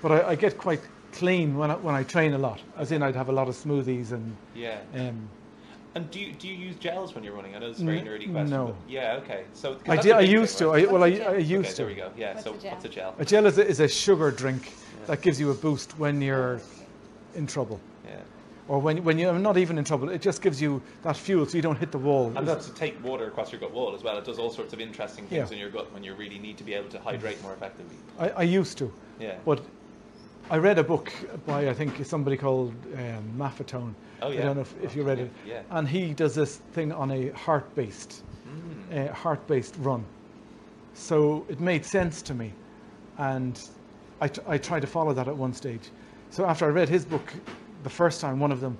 But I, I get quite clean when I, when I train a lot. As in, I'd have a lot of smoothies and. Yeah. Um, And do you do you use gels when you're running? I know it's a very N- nerdy question. no. But yeah. Okay. So 'cause I that's did. a I big used thing, to. right? I, well, I, What's a I gel? used okay, there we to. go. Yeah. What's so a gel? what's a gel? A gel is a, is a sugar drink that gives you a boost when you're in trouble, Yeah. or when when you're not even in trouble. It just gives you that fuel, so you don't hit the wall. And that's to take water across your gut wall as well. It does all sorts of interesting things Yeah. in your gut when you really need to be able to hydrate more effectively. I, I used to. Yeah. But I read a book by I think somebody called um, Maffetone. Oh, yeah. I don't know if, if you read it. Yeah. And he does this thing on a heart-based, Hmm. uh, heart-based run. So it made sense to me, and I, t- I tried to follow that at one stage. So after I read his book, the first time, one of them,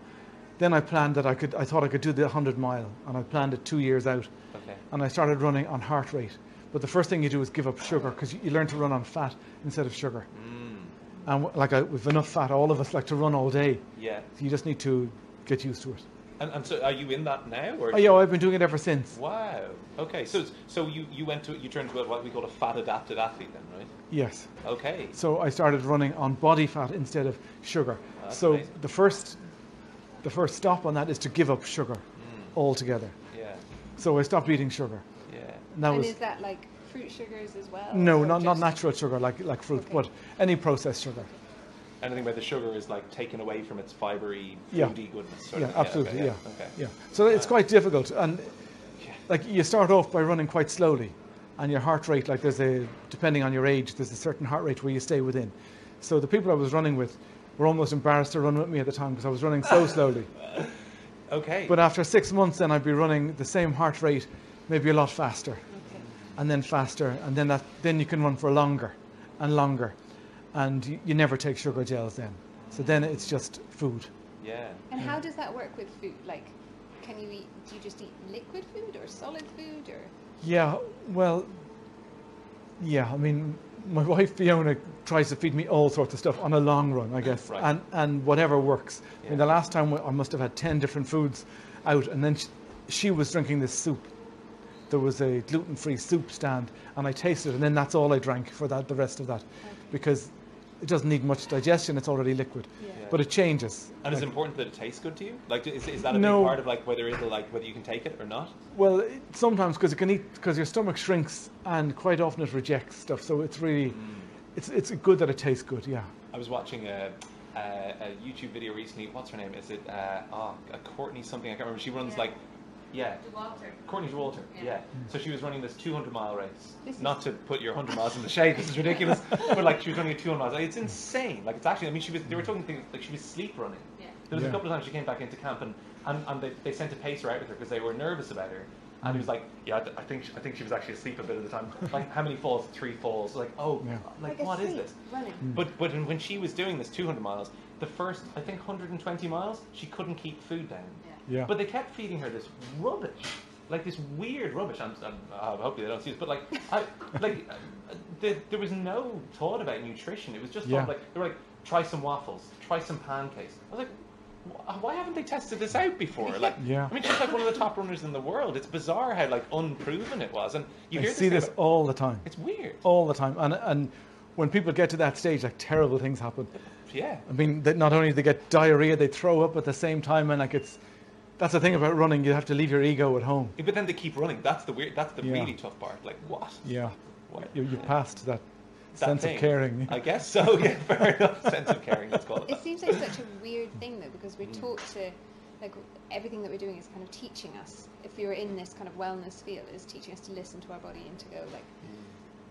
then I planned that I could. I thought I could do the hundred mile, and I planned it two years out Okay. and I started running on heart rate. But the first thing you do is give up sugar because you, you learn to run on fat instead of sugar. Mm. And w- like I, with enough fat, all of us like to run all day. Yeah. So you just need to get used to it. And, and so, are you in that now? Or Oh, yeah, I've been doing it ever since. Wow. Okay. So, it's- so you, you went to you turned to what we call a fat adapted athlete then, right? Yes. Okay. So I started running on body fat instead of sugar. That's so amazing. the first, the first stop on that is to give up sugar Mm. altogether. Yeah. So I stopped eating sugar. Yeah. And that and was is that like fruit sugars as well? no, or not, not just- natural sugar like like fruit, Okay. but any processed sugar. Anything where the sugar is like taken away from its fibery, Yeah. fruity goodness. Sort yeah, of. absolutely. okay, Yeah, Okay. yeah. So it's quite difficult, and like you start off by running quite slowly, and your heart rate, like there's a depending on your age, there's a certain heart rate where you stay within. So the people I was running with were almost embarrassed to run with me at the time because I was running [laughs] so slowly. Okay. But after six months, then I'd be running the same heart rate, maybe a lot faster, Okay. and then faster, and then that then you can run for longer, and longer, and you, you never take sugar gels then. So then it's just food. yeah. And how does that work with food? Like, can you eat? Do you just eat liquid food or solid food or? Yeah, well, yeah. I mean, my [laughs] wife Fiona tries to feed me all sorts of stuff on a long run, I guess, Right. and and whatever works. I mean, Yeah. the last time I must have had ten different foods out, and then she, she was drinking this soup. There was a gluten-free soup stand, and I tasted, it, and then that's all I drank for that the rest of that, because it doesn't need much digestion; it's already liquid. Yeah. Yeah. But it changes. And it's important that it tastes good to you. Like, is, is that a No. big part of like whether it'll like whether you can take it or not? Well, it- sometimes because it can eat because your stomach shrinks and quite often it rejects stuff. So it's really, Mm. it's it's good that it tastes good. Yeah. I was watching a, a, a YouTube video recently. What's her name? Is it uh, oh, a Courtney something? I can't remember. She runs Yeah. like, yeah, Walter. Courtney Walter. Yeah. Yeah. So she was running this 200 mile race. This is- Not to put your 100 miles in the shade. This is [laughs] ridiculous. but like she was running a 200 miles. Like, it's insane. Like it's actually. I mean, she was. They were talking things like she was sleep running. Yeah. There was a Yeah. couple of times she came back into camp and, and, and they, they sent a pacer out with her because they were nervous about her. And Mm. he was like, yeah, I, th- I think she, I think she was actually asleep a bit of the time. [laughs] Like how many falls? Three falls. Like oh, Yeah. like, a what is sleep, this? Hmm. Running. But but when she was doing this 200 miles, the first I think 120 miles, she couldn't keep food down. Yeah. Yeah. But they kept feeding her this rubbish, like this weird rubbish. I'm, I'm uh, hopefully they don't see this, but like I like uh, there, there was no thought about nutrition. It was just Yeah. thought, like they were like try some waffles, try some pancakes. I was like, "Wh- why haven't they tested this out before? Like [laughs] Yeah. I mean she's like one of the top runners in the world. It's bizarre how like unproven it was, and you I hear see thing this about- all the time, It's weird. all the time, and and when people get to that stage, like terrible things happen. Yeah. I mean, that not only they get diarrhea, they throw up at the same time, and like it's, that's the thing about running. You have to leave your ego at home. Yeah, But then they keep running. That's the weird. That's the Yeah. really tough part. Like what? Yeah. What? You you passed that, That sense thing. of caring. I guess so. [laughs] Yeah, fair enough. Sense of caring. Let's [laughs] call it. It seems like such a weird thing though, because we're taught to, like, everything that we're doing is kind of teaching us. If we were in this kind of wellness field, is teaching us to listen to our body and to go like,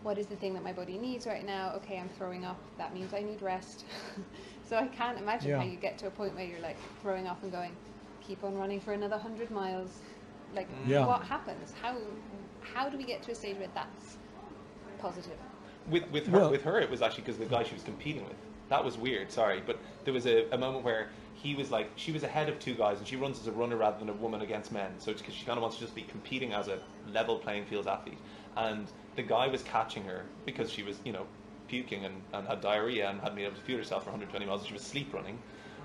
what is the thing that my body needs right now? Okay, I'm throwing up. That means I need rest. [laughs] so I can't imagine Yeah. how you get to a point where you're like throwing up and going, keep on running for another hundred miles. Like, Yeah. what happens? How how do we get to a stage where that's positive? With with her, Well- with her, it was actually because the guy she was competing with. That was weird. Sorry, but there was a, a moment where he was like, she was ahead of two guys, and she runs as a runner rather than a woman against men. So it's because she kind of wants to just be competing as a level playing field athlete. And the guy was catching her because she was, you know, puking and, and had diarrhea and hadn't been able to fuel herself for 120 miles. And she was sleep running,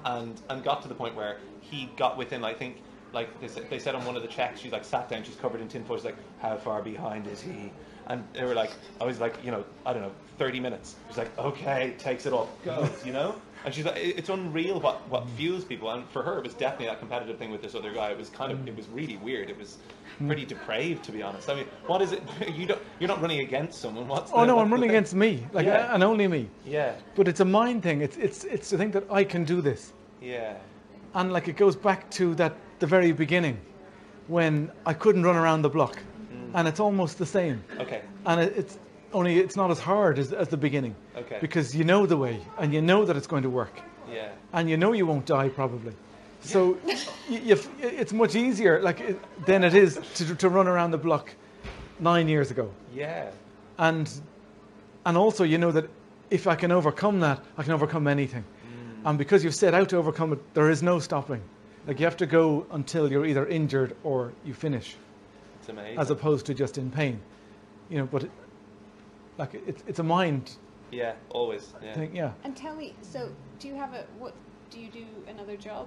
and and got to the point where he got within, I think, like they, said- they said on one of the checks, she's like sat down, she's covered in tin foil. She's like, how far behind is he? And they were like, I was like, you know, I don't know, 30 minutes. She's like, okay, takes it off, goes, you know? And she's like, it- it's unreal what, Mm. what fuels people. And for her, it was definitely that competitive thing with this other guy. It was kind of, Mm. it was really weird. It was pretty depraved, to be honest. I mean, what is it? [laughs] You don't, you're not running against someone. What's Oh the- no, what's I'm the running thing? against me, like Yeah. and only me. Yeah, But it's a mind thing. It's it's it's to think that I can do this, yeah, and like it goes back to that the very beginning, when I couldn't run around the block, and it's almost the same. okay. and it, it's only it's not as hard as, as the beginning Okay. because you know the way and you know that it's going to work Yeah, and you know you won't die probably so y you, f- it's much easier like it, than it is to, to run around the block nine years ago yeah, and and also you know that if i can overcome that i can overcome anything and because you've set out to overcome it there is no stopping like you have to go until you're either injured or you finish it's amazing. as opposed to just in pain. You know, but it, like it, it's a mind yeah, always. Yeah. thing. Yeah. And tell me, so do you have a what? Do you do another job?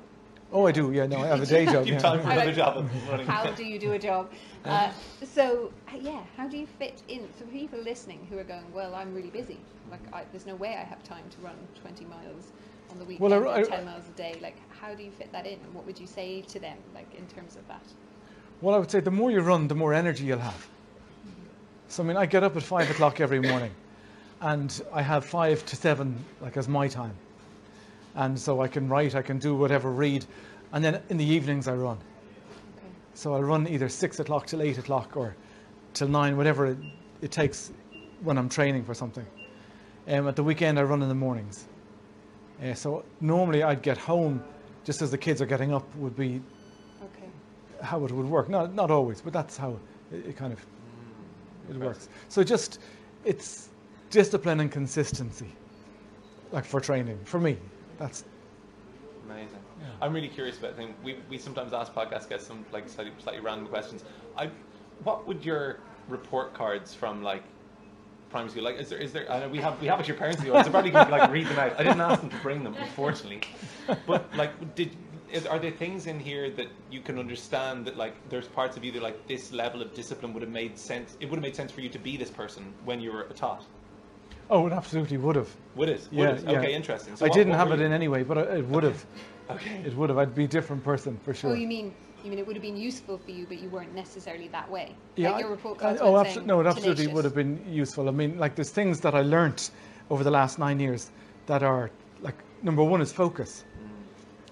Oh, I do. Yeah. No, I [laughs] have a [laughs] day job. You've yeah. time for I another like- job of running. how do you do a job? Uh, so yeah, how do you fit in for people listening who are going? Well, I'm really busy. Like, I, there's no way I have time to run 20 miles on the weekend Well, I- or I- 10 miles a day. Like, how do you fit that in? And what would you say to them, like in terms of that? Well, I would say the more you run, the more energy you'll have. So I mean, I get up at five o'clock every morning, and I have five to seven like as my time, and so I can write, I can do whatever, read, and then in the evenings I run. Okay. So I'll run either six o'clock till eight o'clock or till nine, whatever it, it takes when I'm training for something. Um, at the weekend, I run in the mornings. Uh, so normally I'd get home just as the kids are getting up, would be Okay. how it would work. Not, not always, but that's how it, it kind of Mm, it works. So just it's discipline and consistency, like for training. For me, that's [laughs] Amazing. Yeah. I'm really curious about things. We, we sometimes ask podcast guests some like slightly, slightly random questions. I, what would your report cards from like primary school like? Is there is there? I know we have we have at your parents' school. So probably can like read them out. I didn't ask them to bring them, unfortunately. But like, did is, are there things in here that you can understand that like there's parts of you that like this level of discipline would have made sense? It would have made sense for you to be this person when you were a tot. oh, it absolutely would have. Would it? Would Yeah, it? yeah. Okay, interesting. I what- didn't what have were it you? in anyway, but I, it would have. [laughs] Okay. It would have. I'd be a different person for sure. Oh, you mean you mean it would have been useful for you, but you weren't necessarily that way. Yeah, Like I- your report I- cards. oh, weren't abso- saying no, it absolutely tenacious. would have been useful. I mean, like there's things that I learnt over the last nine years that are like number one is focus, Mm.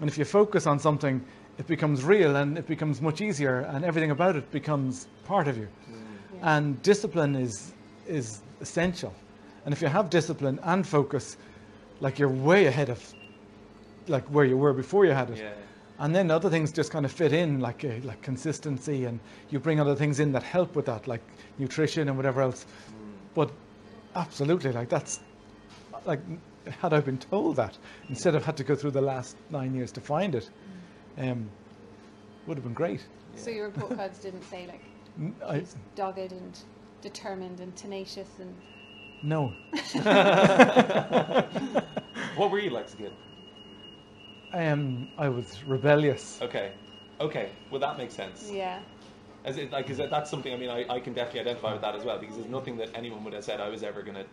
and if you focus on something, it becomes real and it becomes much easier, and everything about it becomes part of you. Mm. Yeah. And discipline is is essential, and if you have discipline and focus, like you're way ahead of like where you were before you had it. Yeah. And then other things just kind of fit in, like uh, like consistency, and you bring other things in that help with that, like nutrition and whatever else. Mm. But absolutely, like that's like had I been told that instead of had to go through the last nine years to find it, Mm. um, would have been great. So your report cards didn't say like N- I, he's dogged and determined and tenacious and no, What were you like as a kid? um, I was rebellious. Okay. Okay. Well, that makes sense. yeah. As it, like, is that, that's something. I mean, I, I can definitely identify with that as well because there's nothing that anyone would have said I was ever going to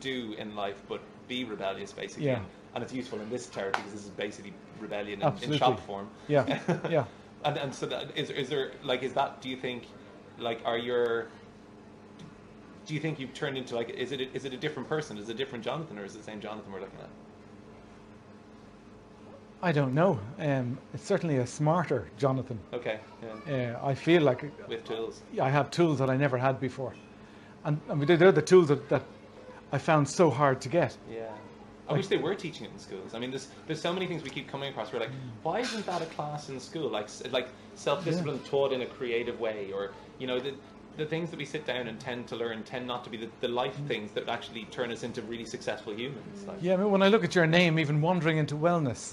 do in life, but be rebellious, basically. Yeah. And it's useful in this territory because this is basically rebellion in, in Absolutely. shop form. Yeah, [laughs] yeah. And and so that is is there like is that do you think like are your do you think you've turned into like is it a, is it a different person is it a different Jonathan or is it the same Jonathan we're looking at? I don't know. Um, it's certainly a smarter Jonathan. Okay. Yeah. Uh, I feel like With tools. I have tools that I never had before. And I mean, they're, they're the tools that, that I found so hard to get. Yeah. I wish they were teaching it in schools. I mean, there's there's so many things we keep coming across. We're like, why isn't that a class in school? Like s- like self discipline taught in a creative way, or you know the the things that we sit down and tend to learn tend not to be the, the life things that actually turn us into really successful humans. Like, Yeah, I mean, when I look at your name, even wandering into wellness,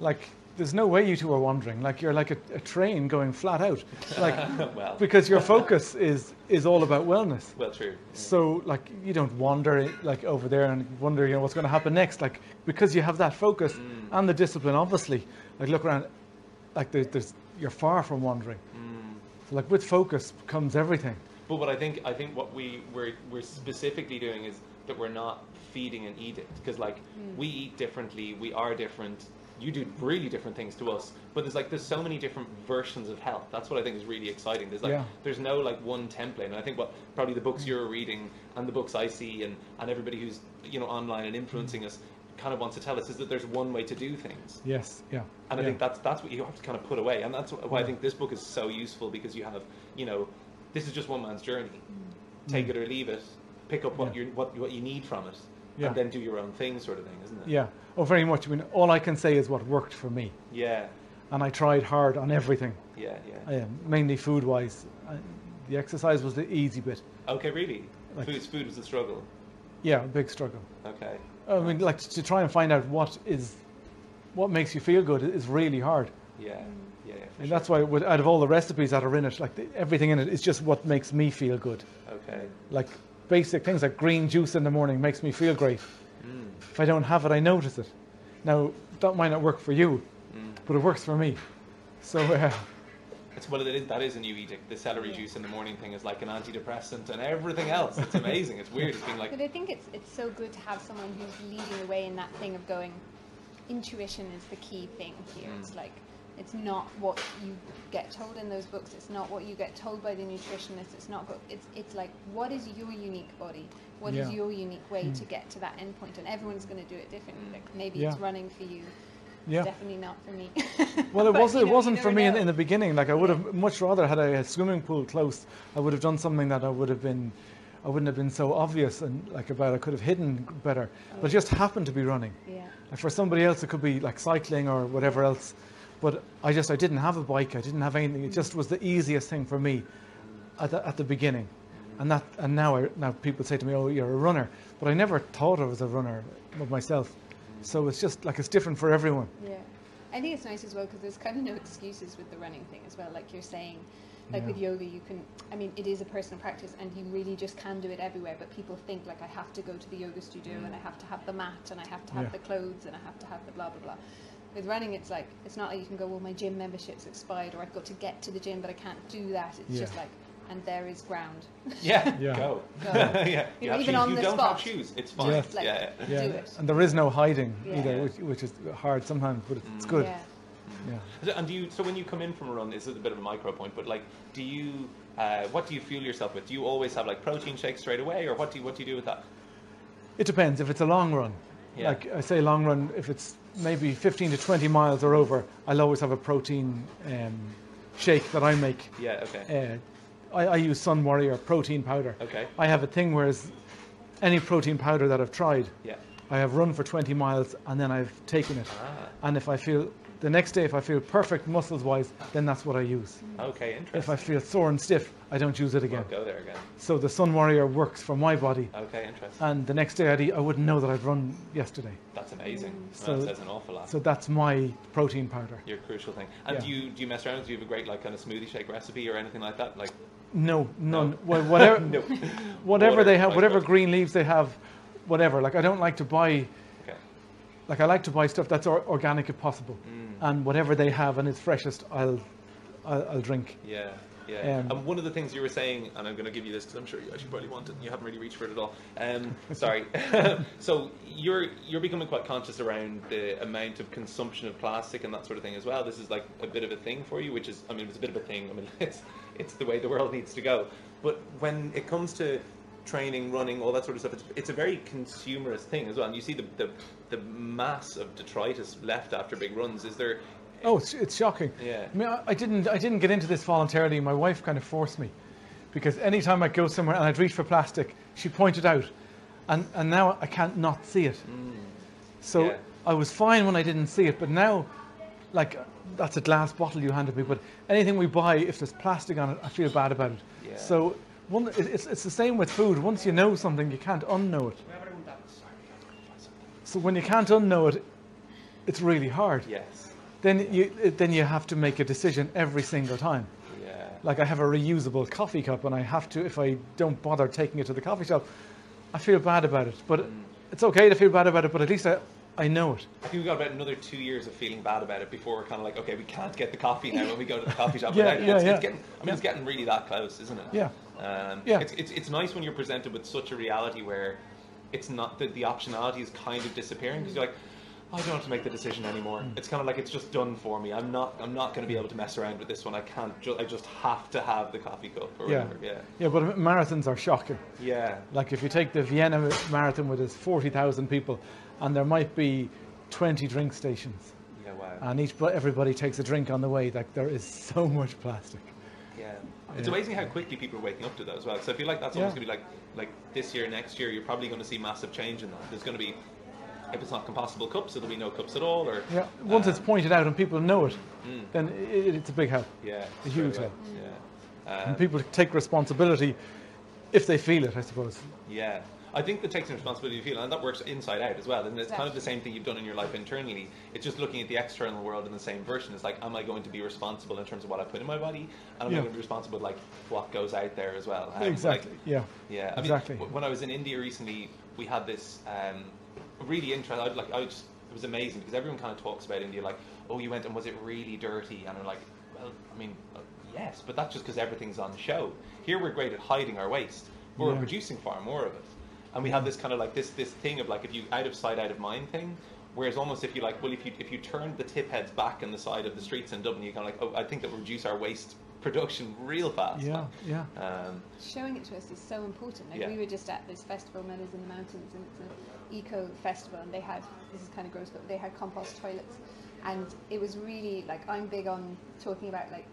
like there's no way you two are wandering. Like you're like a, a train going flat out, like [laughs] [laughs] well, because your focus is is all about wellness. well, true. So like you don't wander like over there and wonder you know what's going to happen next. Like because you have that focus Mm. and the discipline, obviously. Like look around, like there, there's you're far from wandering. Mm. So, like with focus comes everything. But what I think I think what we we're, we're specifically doing is that we're not feeding an edict because like we eat differently, we are different. You do really different things to us, but there's like there's so many different versions of health. That's what I think is really exciting. There's like Yeah. there's no like one template, and I think what probably the books you're reading and the books I see and and everybody who's you know online and influencing us kind of wants to tell us is that there's one way to do things. Yes, yeah. And I yeah. think that's that's what you have to kind of put away, and that's why I think this book is so useful because you have, you know, this is just one man's journey. Take it or leave it. Pick up what Mm. Yeah. you what what you need from it, Yeah. and then do your own thing, sort of thing, isn't it? yeah. Oh, very much. I mean, all I can say is what worked for me. Yeah. and I tried hard on everything, Yeah. Yeah. I, um, mainly food wise. The exercise was the easy bit. Okay. Really. Like- food. Food was the struggle. Yeah, a big struggle. Okay. I mean, like to try and find out what is, what makes you feel good is really hard. Yeah. Mm. Yeah. yeah for And sure. that's why, with, out of all the recipes that are in it, like the, everything in it is just what makes me feel good. Okay. Like basic things like green juice in the morning makes me feel great. Mm. If I don't have it, I notice it. Now, that might not work for you, Mm. but it works for me. [laughs] So, uh, It's well, it is, that is a new edict. The celery Yeah. juice in the morning thing is like an antidepressant and everything else. [laughs] It's amazing. it's weird. It's being [laughs] like, But I think it's it's so good to have someone who's leading the way in that thing of going. Intuition is the key thing here. Mm. It's like it's not what you get told in those books. It's not what you get told by the nutritionist. It's not. go- It's it's like what is your unique body? What is Yeah. Mm. your unique way to get to that end point? And everyone's going to do it differently. Like maybe it's Yeah. running for you. yeah. Definitely not for me. Well, [laughs] it But, wasn't. you It know, you wasn't for never me in, know. in the beginning. Like I would have much rather had a, swimming pool close. I would have done something that I would have been, I wouldn't have been so obvious and like about. I could have hidden better. But it just happened to be running. Yeah. Like for somebody else, it could be like cycling or whatever else. But I just I didn't have a bike. I didn't have anything. It just was the easiest thing for me, at the, at the beginning, and that and now I now people say to me, oh, you're a runner. But I never thought I was a runner of myself. So it's just like it's different for everyone. Yeah, I think it's nice as well because there's kind of no excuses with the running thing as well. Like you're saying, like with yoga, you can. I mean, it is a personal practice, and you really just can do it everywhere. But people think like I have to go to the yoga studio, and I have to have the mat, and I have to have Yeah. the clothes, and I have to have the blah blah blah. With running, it's like it's not like you can go. Well, my gym membership's expired, or I've got to get to the gym, but I can't do that. It's Yeah. just like, and there is ground. yeah, Yeah. go. Go. [laughs] yeah. You You, know, have even shoes. on you the don't spot. have shoes. It's fine. Yes. Like- yeah. yeah. do it. And there is no hiding Yeah. either, Yeah. which, which is hard sometimes, but it's good. Yeah. Yeah. So- And do you? So when you come in from a run, this is a bit of a micro point, but like, do you? Uh, what do you fuel yourself with? Do you always have like protein shakes straight away, or what do you? What do you do with that? It depends. If it's a long run, Yeah. like I say, long run, if it's maybe 15 to 20 miles or over, I'll always have a protein um, shake that I make. Yeah. Okay. Uh, I, I use Sun Warrior protein powder. Okay. I have a thing whereas any protein powder that I've tried, Yeah. I have run for 20 miles and then I've taken it. Ah. And if I feel the next day, if I feel perfect muscles wise, then that's what I use. Okay. If I Interesting. feel sore and stiff, I don't use it again. Won't go there again. So the Sun Warrior works for my body, Okay. Interesting. and the next day I'd eat, I wouldn't know that I'd run yesterday. That's amazing. mm, So- that says an awful lot. So that's my protein powder. Your crucial thing. And Yeah. do you do you mess around? Do you have a great like kind of smoothie shake recipe or anything like that? Like No, none. Well, [laughs] whatever, no. whatever Water, they have, I whatever suppose. green leaves they have, whatever. Like I don't like to buy. Okay. Like I like to buy stuff that's or- organic if possible, Mm. and whatever they have and it's freshest, I'll, I'll, I'll drink. Yeah, yeah. Um, and one of the things you were saying, and I'm going to give you this because I'm sure you actually probably want it, and you haven't really reached for it at all. Um, sorry. [laughs] so you're you're becoming quite conscious around the amount of consumption of plastic and that sort of thing as well. This is like a bit of a thing for you, which is, I mean, it's a bit of a thing. I mean, [laughs] it's it's the way the world needs to go. But when it comes to training, running, all that sort of stuff, it's, it's a very consumerist thing as well. And you see the, the the mass of detritus left after big runs. Is there? Oh, it's, it's shocking. Yeah. I mean, I, I didn't I didn't get into this voluntarily. My wife kind of forced me. because anytime I go somewhere and I'd reach for plastic, she pointed out, and and now I can't not see it. So Mm. Yeah. I was fine when I didn't see it, but now, like, that's a glass bottle you handed me. But anything we buy, if there's plastic on it, I feel bad about it. Yeah. So one, it- it's it's the same with food. Once you know something, you can't unknow it. Una pregunta. So when you can't unknow it, it's really hard. Yes. Then you it- then you have to make a decision every single time. Yeah. Like I have a reusable coffee cup, and I have to if I don't bother taking it to the coffee shop, I feel bad about it. But it's okay to feel bad about it. But at least I I know it. I think we got about another two years of feeling bad about it before we're kind of like, okay, we can't get the coffee now when we go to the coffee shop. [laughs] Yeah, without it. yeah, it's, yeah. It's getting, I mean, it's getting really that close, isn't it? Yeah. Um, Yeah. It's, it's, it's nice when you're presented with such a reality where it's not that the optionality is kind of disappearing because you're like, I don't have to make the decision anymore. Mm. It's kind of like it's just done for me. I'm not. I'm not going to be able to mess around with this one. I can't. Ju- I just have to have the coffee cup or Yeah. whatever. Yeah. Yeah, but marathons are shocking. Yeah. Like if you take the Vienna marathon with its 40,000 people and there might be 20 drink stations Yeah. Wow. and each but everybody takes a drink on the way like there is so much plastic. Yeah. It's amazing how quickly people are waking up to that as well. So I feel like that's always Yeah. going to be like like this year, next year, you're probably going to see massive change in that. There's going to be, if it's not compostable cups, there'll be no cups at all. Or Yeah, once um, it's pointed out and people know it, Mm. then it, it's a big help. uh, yeah, a straight huge away. help. Yeah. Um, And people take responsibility if they feel it, I suppose. Yeah. I think that takes some responsibility to feel, and that works inside out as well. And it's kind of the same thing you've done in your life internally. It's just looking at the external world in the same version. It's like, am I going to be responsible in terms of what I put in my body, and am Yeah. I going to be responsible like what goes out there as well? Um, like, exactly. yeah. Yeah, I Exactly. mean, w- when I was in India recently, we had this um, really interesting. I'd like, I just it was amazing because everyone kind of talks about India, like, oh, you went and was it really dirty? And I'm like, well, I mean, uh, yes, but that's just because everything's on show. Here we're great at hiding our waste, but we're Yeah. producing far more of it, and we have this kind of like this this thing of like if you out of sight, out of mind thing. Whereas almost if you like, well, if you if you turned the tip heads back in the side of the streets in Dublin, you kind of like, oh, I think that would reduce our waste [laughs] production real fast. Yeah, yeah. Um, showing it to us is so important. Like Yeah. we were just at this festival, Mothers in the Mountains, and it's an eco festival, and they had this is kind of gross, but they had compost toilets, and it was really like I'm big on talking about like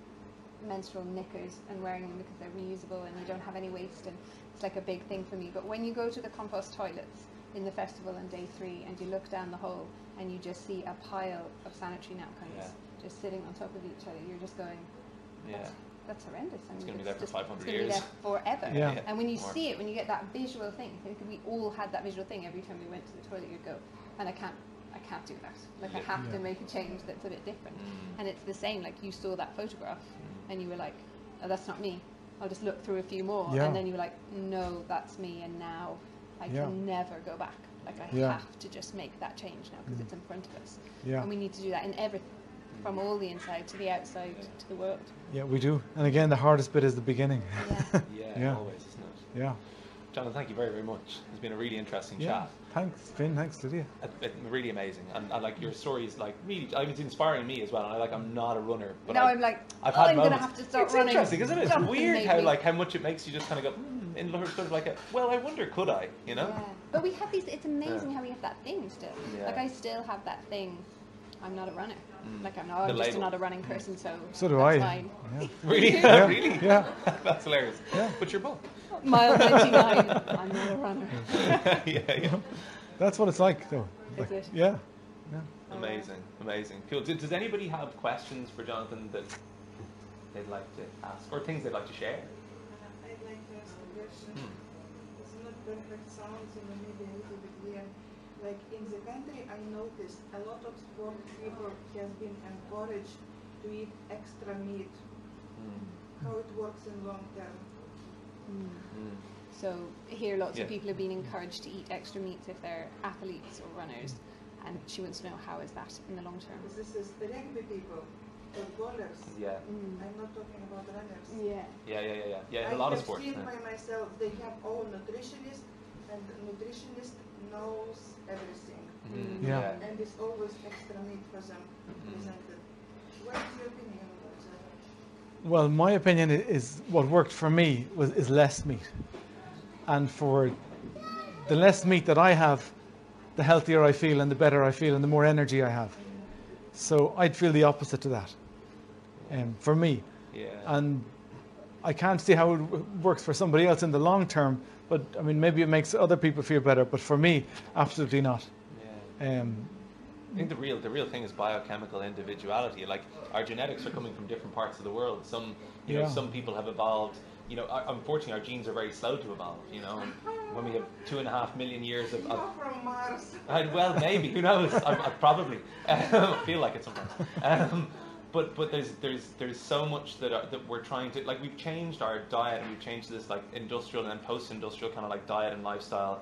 menstrual knickers and wearing them because they're reusable and you don't have any waste, and it's like a big thing for me. But when you go to the compost toilets in the festival on day three, and you look down the hole and you just see a pile of sanitary napkins just sitting on top of each other, you're just going. yeah. That's horrendous. I mean, gonna be it's there for just- 500 it's gonna be years. there forever. Yeah. Yeah. And when you More. see it, when you get that visual thing, I think we all had that visual thing every time we went to the toilet. You'd go, and I can't, I can't do that. Like I Yeah. have to Yeah. make a change that's a bit different. Mm. And it's the same. Like you saw that photograph, Mm. and you were like, oh, that's not me. I'll just look through a few more, Yeah. and then you were like, no, that's me. And now I Yeah. can never go back. Like I Yeah. have to just make that change now because Mm. it's in front of us, Yeah. and we need to do that in everything, Mm. from all the inside to the outside Yeah. to the world. [laughs] Yeah, we do. And again, the hardest bit is the beginning. Yeah. Yeah, Yeah. always, isn't it? yeah. Jonathan, thank you very, very much. It's been a really interesting Yeah. chat. Thanks, Finn. Thanks, Lydia. It- it- really amazing, and, and like your story is like really, I mean, it's inspiring me as well. And I like, I'm not a runner, but now I, I, am like, I've oh, had I'm going to moments. have to start it's running. interesting, isn't it? It's Something weird made how me- like how much it makes you just kind of go mm, in sort of like a well, I wonder could I, you know? Yeah. But we have these. It's amazing how we have that thing still. Yeah. Like I still have that thing. I'm not a runner. Mm. Like I'm not. The I'm just label. not a running person. So So do that's I. Mine. [laughs] Yeah. [laughs] Really, [laughs] Yeah. really, [laughs] Yeah. that's hilarious. Yeah. But your [laughs] book, [laughs] Mile 99. I'm not a runner. yeah, Uh-huh. yeah, That's what it's like, though. Is Like, it? Yeah. Yeah. amazing, amazing. Cool. Does, does anybody have questions for Jonathan that they'd like to ask or things they'd like to share? I'd like to ask a question. Hmm. It's not perfect sounds and maybe a little bit weird. Like in the country, I noticed a lot of sport people has been encouraged to eat extra meat. Hmm, How it works in long term? Mm. Mm. So here, lots Yeah. of people are being encouraged to eat extra meats if they're athletes or runners, and she wants to know how is that in the long term. This is rugby people, footballers. Yeah. Mm. I'm not talking about runners. Yeah. Yeah, yeah, yeah, yeah. Yeah, in a I lot of have sports. seen yeah. by myself they have all nutritionist, and nutritionist knows everything. Mhm, Yeah. And it's always extra meat for them presented. What is your opinion about that? Well, my opinion i- is what worked for me was is less meat, and for the less meat that I have, the healthier I feel, and the better I feel, and the more energy I have. So I'd feel the opposite to that, um, for me. Yeah. And I can't see how it w- works for somebody else in the long term, but I mean, maybe it makes other people feel better, but for me, absolutely not. Yeah. Um, I think the real the real thing is biochemical individuality. Like our genetics are coming from different parts of the world. Some you know Yeah. some people have evolved. You know, our- unfortunately, our genes are very slow to evolve. You know, and when we have two and a half million years of, of You're from Mars. I, well, maybe who knows? I, I probably [laughs] I feel like it sometimes. Um, but but there's there's there's so much that are, that we're trying to like we've changed our diet and we've changed this like industrial and post-industrial kind of like diet and lifestyle.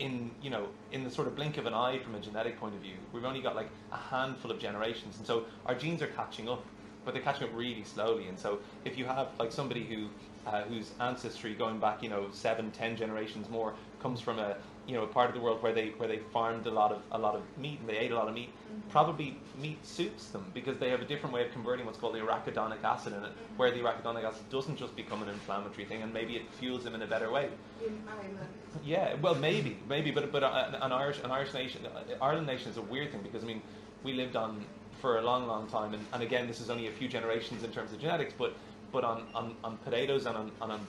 In you know in the sort of blink of an eye from a genetic point of view, we've only got like a handful of generations, and so our genes are catching up, but they're catching up really slowly. And so if you have like somebody who uh, whose ancestry going back you know seven ten generations more comes from a you know a part of the world where they where they farmed a lot of a lot of meat and they ate a lot of meat probably meat suits them because they have a different way of converting what's called the arachidonic acid in it where the arachidonic acid doesn't just become an inflammatory thing and maybe it fuels them in a better way in Ireland. yeah, well, maybe, maybe, but but uh, an Irish, an Irish nation, uh, Ireland nation is a weird thing because I mean, we lived on for a long, long time, and, and again, this is only a few generations in terms of genetics, but but on on, on potatoes and on, and on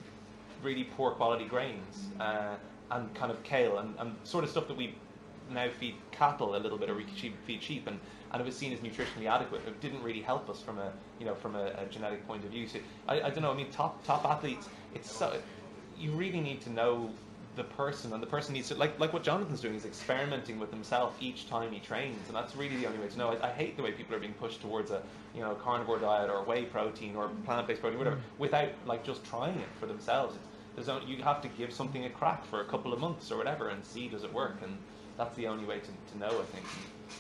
really poor quality grains uh, and kind of kale and, and sort of stuff that we now feed cattle a little bit or we sheep, feed sheep and, and it was seen as nutritionally adequate it didn't really help us from a you know from a, a genetic point of view so I, I don't know I mean top top athletes it's so you really need to know the person and the person needs to like like what Jonathan's doing is experimenting with himself each time he trains and that's really the only way to know I, I hate the way people are being pushed towards a you know carnivore diet or whey protein or plant-based protein whatever without like just trying it for themselves It's- there's no, you have to give something a crack for a couple of months or whatever and see does it work and that's the only way to, to know I think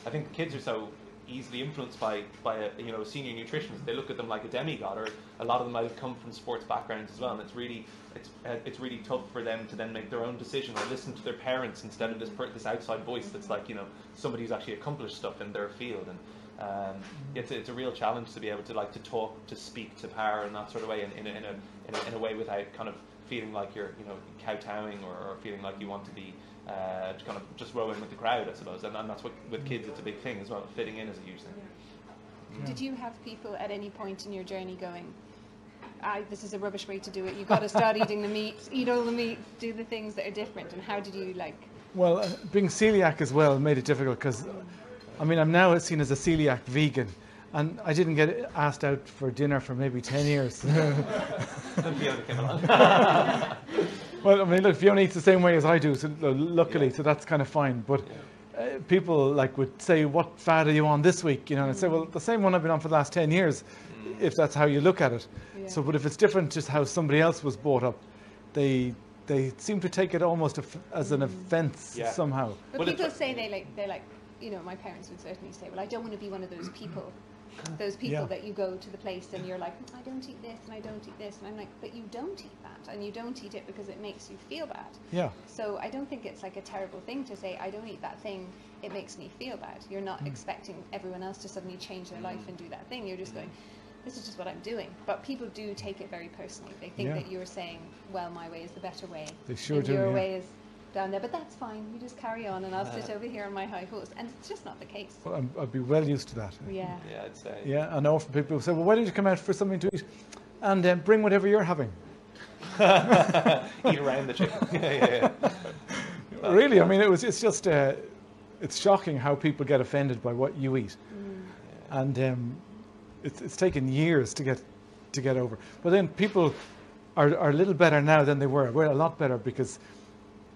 I think kids are so easily influenced by by a, you know a senior nutritionist they look at them like a demigod or a lot of them might have come from sports backgrounds as well and it's really it's uh, it's really tough for them to then make their own decision or listen to their parents instead of this per- this outside voice that's like you know somebody who's actually accomplished stuff in their field and um, it's, it's a real challenge to be able to like to talk to speak to power and that sort of way in, in, a, in, a, in a in a way without kind of feeling like you're you know kowtowing or, or feeling like you want to be uh, to kind of just row in with the crowd I suppose and, and that's what with kids it's a big thing as well fitting in is a huge thing Did you have people at any point in your journey going, I, this is a rubbish way to do it. You've got to start eating the meat, eat all the meat, do the things that are different. And how did you like? Well, uh, being celiac as well made it difficult because, I mean, I'm now seen as a celiac vegan, and I didn't get asked out for dinner for maybe 10 years. [laughs] [laughs] Then Fiona came along. well, I mean, look, Fiona eats the same way as I do, so uh, luckily, Yeah. so that's kind of fine. But uh, people like would say, "What fad are you on this week?" You know, and I'd say, "Well, the same one I've been on for the last 10 years, if that's how you look at it." Yeah. So, but if it's different, just how somebody else was brought up, they they seem to take it almost af- as Mm. an offence Yeah. somehow. But Well, it's people like- say they like they like you know my parents would certainly say well I don't want to be one of those people those people Yeah. that you go to the place and you're like I don't eat this and I don't eat this and I'm like but you don't eat that and you don't eat it because it makes you feel bad Yeah. so I don't think it's like a terrible thing to say I don't eat that thing it makes me feel bad you're not Hmm. expecting everyone else to suddenly change their life and do that thing you're just Hmm. going this is just what I'm doing but people do take it very personally they think Yeah. that you're saying well my way is the better way They sure and do, your yeah. way is down there, but that's fine. You just carry on, and I'll [laughs] sit over here on my high horse. And it's just not the case. Well, I'm, I'd be well used to that. Yeah. yeah I'd say Yeah, I know from people who say, well, why don't you come out for something to eat and um, bring whatever you're having? [laughs] eat around the [laughs] chicken yeah yeah, yeah. really, I mean, it was, it's just, uh, it's shocking how people get offended by what you eat. And um, it's, it's taken years to get, to get over. But then people are, are a little better now than they were. We're a lot better because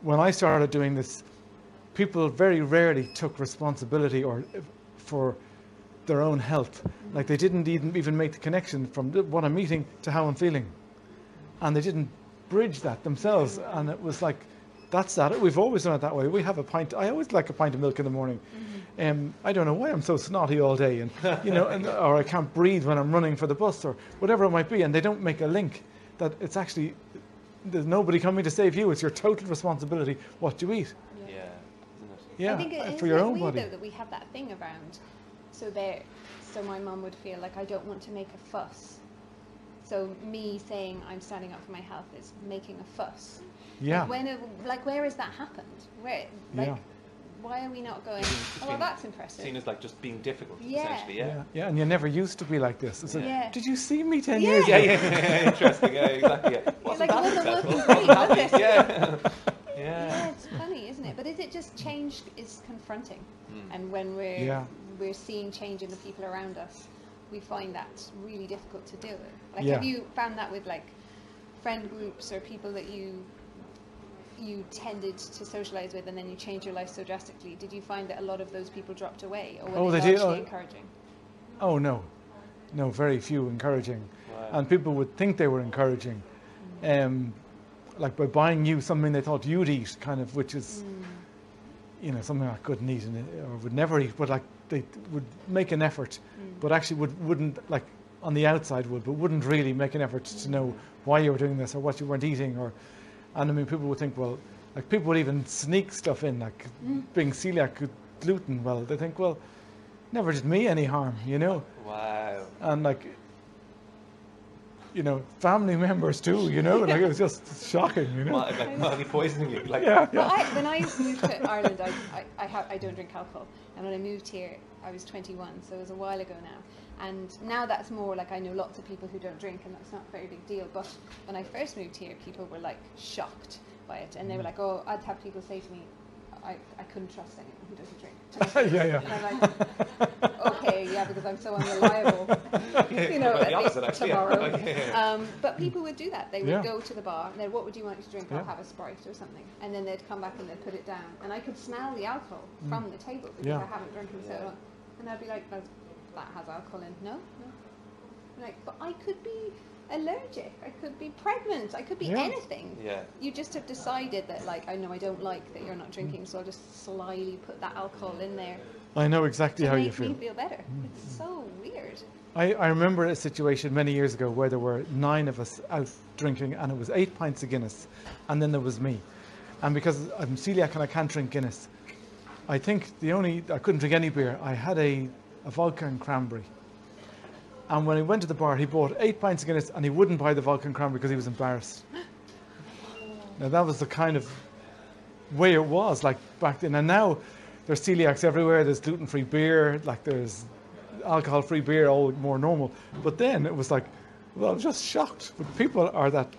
when I started doing this, people very rarely took responsibility or for their own health. Like they didn't even even make the connection from th- what I'm eating to how I'm feeling, and they didn't bridge that themselves. And it was like, that's that. We've always done it that way. We have a pint. I always like a pint of milk in the morning. Mm-hmm. Um, I don't know why I'm so snotty all day, and you know, and, or I can't breathe when I'm running for the bus or whatever it might be. And they don't make a link that it's actually. There's nobody coming to save you. It's your total responsibility what you eat. yeah. Isn't it? Yeah, I think it and is for your like own weird body. though that we have that thing around. So there, so my mum would feel like I don't want to make a fuss. So me saying I'm standing up for my health is making a fuss. Yeah. Like, when, it- like where has that happened? Where like Yeah. why are we not going? It's Oh, well, been that's impressive. seen as like just being difficult, Yeah. essentially. yeah, yeah, and you never used to be like this. It's like, Yeah. Did you see me ten Yeah. years Yeah, ago? yeah, yeah, interesting. Yeah, exactly. Yeah. that like, "Well, they're successful?" working great, aren't they? yeah. [laughs] yeah. Yeah, it's funny, isn't it? But is it just change is confronting, Mm. and when we're Yeah. we're seeing change in the people around us, we find that's really difficult to deal with. Like, Yeah. have you found that with like friend groups or people that you you tended to socialize with, and then you change your life so drastically? Did you find that a lot of those people dropped away, or were Oh, they, they did, largely oh. encouraging? [laughs] Oh no, no, very few encouraging, Wow. and people would think they were encouraging, um, like by buying you something they thought you'd eat, kind of, which is, you know, something I couldn't eat and or would never eat, but like they would make an effort, but actually would wouldn't like on the outside would, but wouldn't really make an effort to know why you were doing this or what you weren't eating or, and I mean people would think well, like people would even sneak stuff in like being celiac, gluten. Well, they think well, never did me any harm, you know Wow. and like you know family [laughs] members too you know like it was just shocking you know Well, like mildly poisoning you. Like, yeah Well, [laughs] yeah I, when I moved to Ireland, I, I, I, ha- I don't drink alcohol. And when I moved here, I was 21, so it was a while ago now. And now that's more like I know lots of people who don't drink, and that's not a very big deal. But when I first moved here, people were like shocked by it. And they were like, oh, I'd have people say to me, I, I couldn't trust anyone who doesn't drink. [laughs] yeah And yeah I'm like, okay, yeah, because I'm so [laughs] unreliable. you know, Well, the at least opposite, actually, yeah. tomorrow. Like, [laughs] yeah, yeah. Um, but people would do that. They would Yeah. go to the bar and they'd, what would you like to drink? I'll Yeah. have a Sprite or something. And then they'd come back and they'd put it down. And I could smell the alcohol from the table because Mm. I Yeah. haven't drunk in so long. And I'd be like, "Oh, that has alcohol in. No, no. I'm like, but I could be allergic. I could be pregnant. I could be Yeah. anything. Yeah. You just have decided that, like, I know I don't like that you're Mm. not drinking, so I'll just slyly put that alcohol in there i know exactly to how make you feel Mm. me feel better. It's so weird. I, I remember a situation many years ago where there were nine of us out drinking and it was eight pints of Guinness and then there was me. And because I'm celiac and I can't drink Guinness, I think the only, I couldn't drink any beer. I had a, a vodka and cranberry. And when I went to the bar, he bought eight pints of Guinness and he wouldn't buy the vodka and cranberry because he was embarrassed. Now that was the kind of way it was like back then. And now there's celiacs everywhere. There's gluten-free beer. Like there's alcohol-free beer, all more normal. But then it was like, well, I'm just shocked. But people are that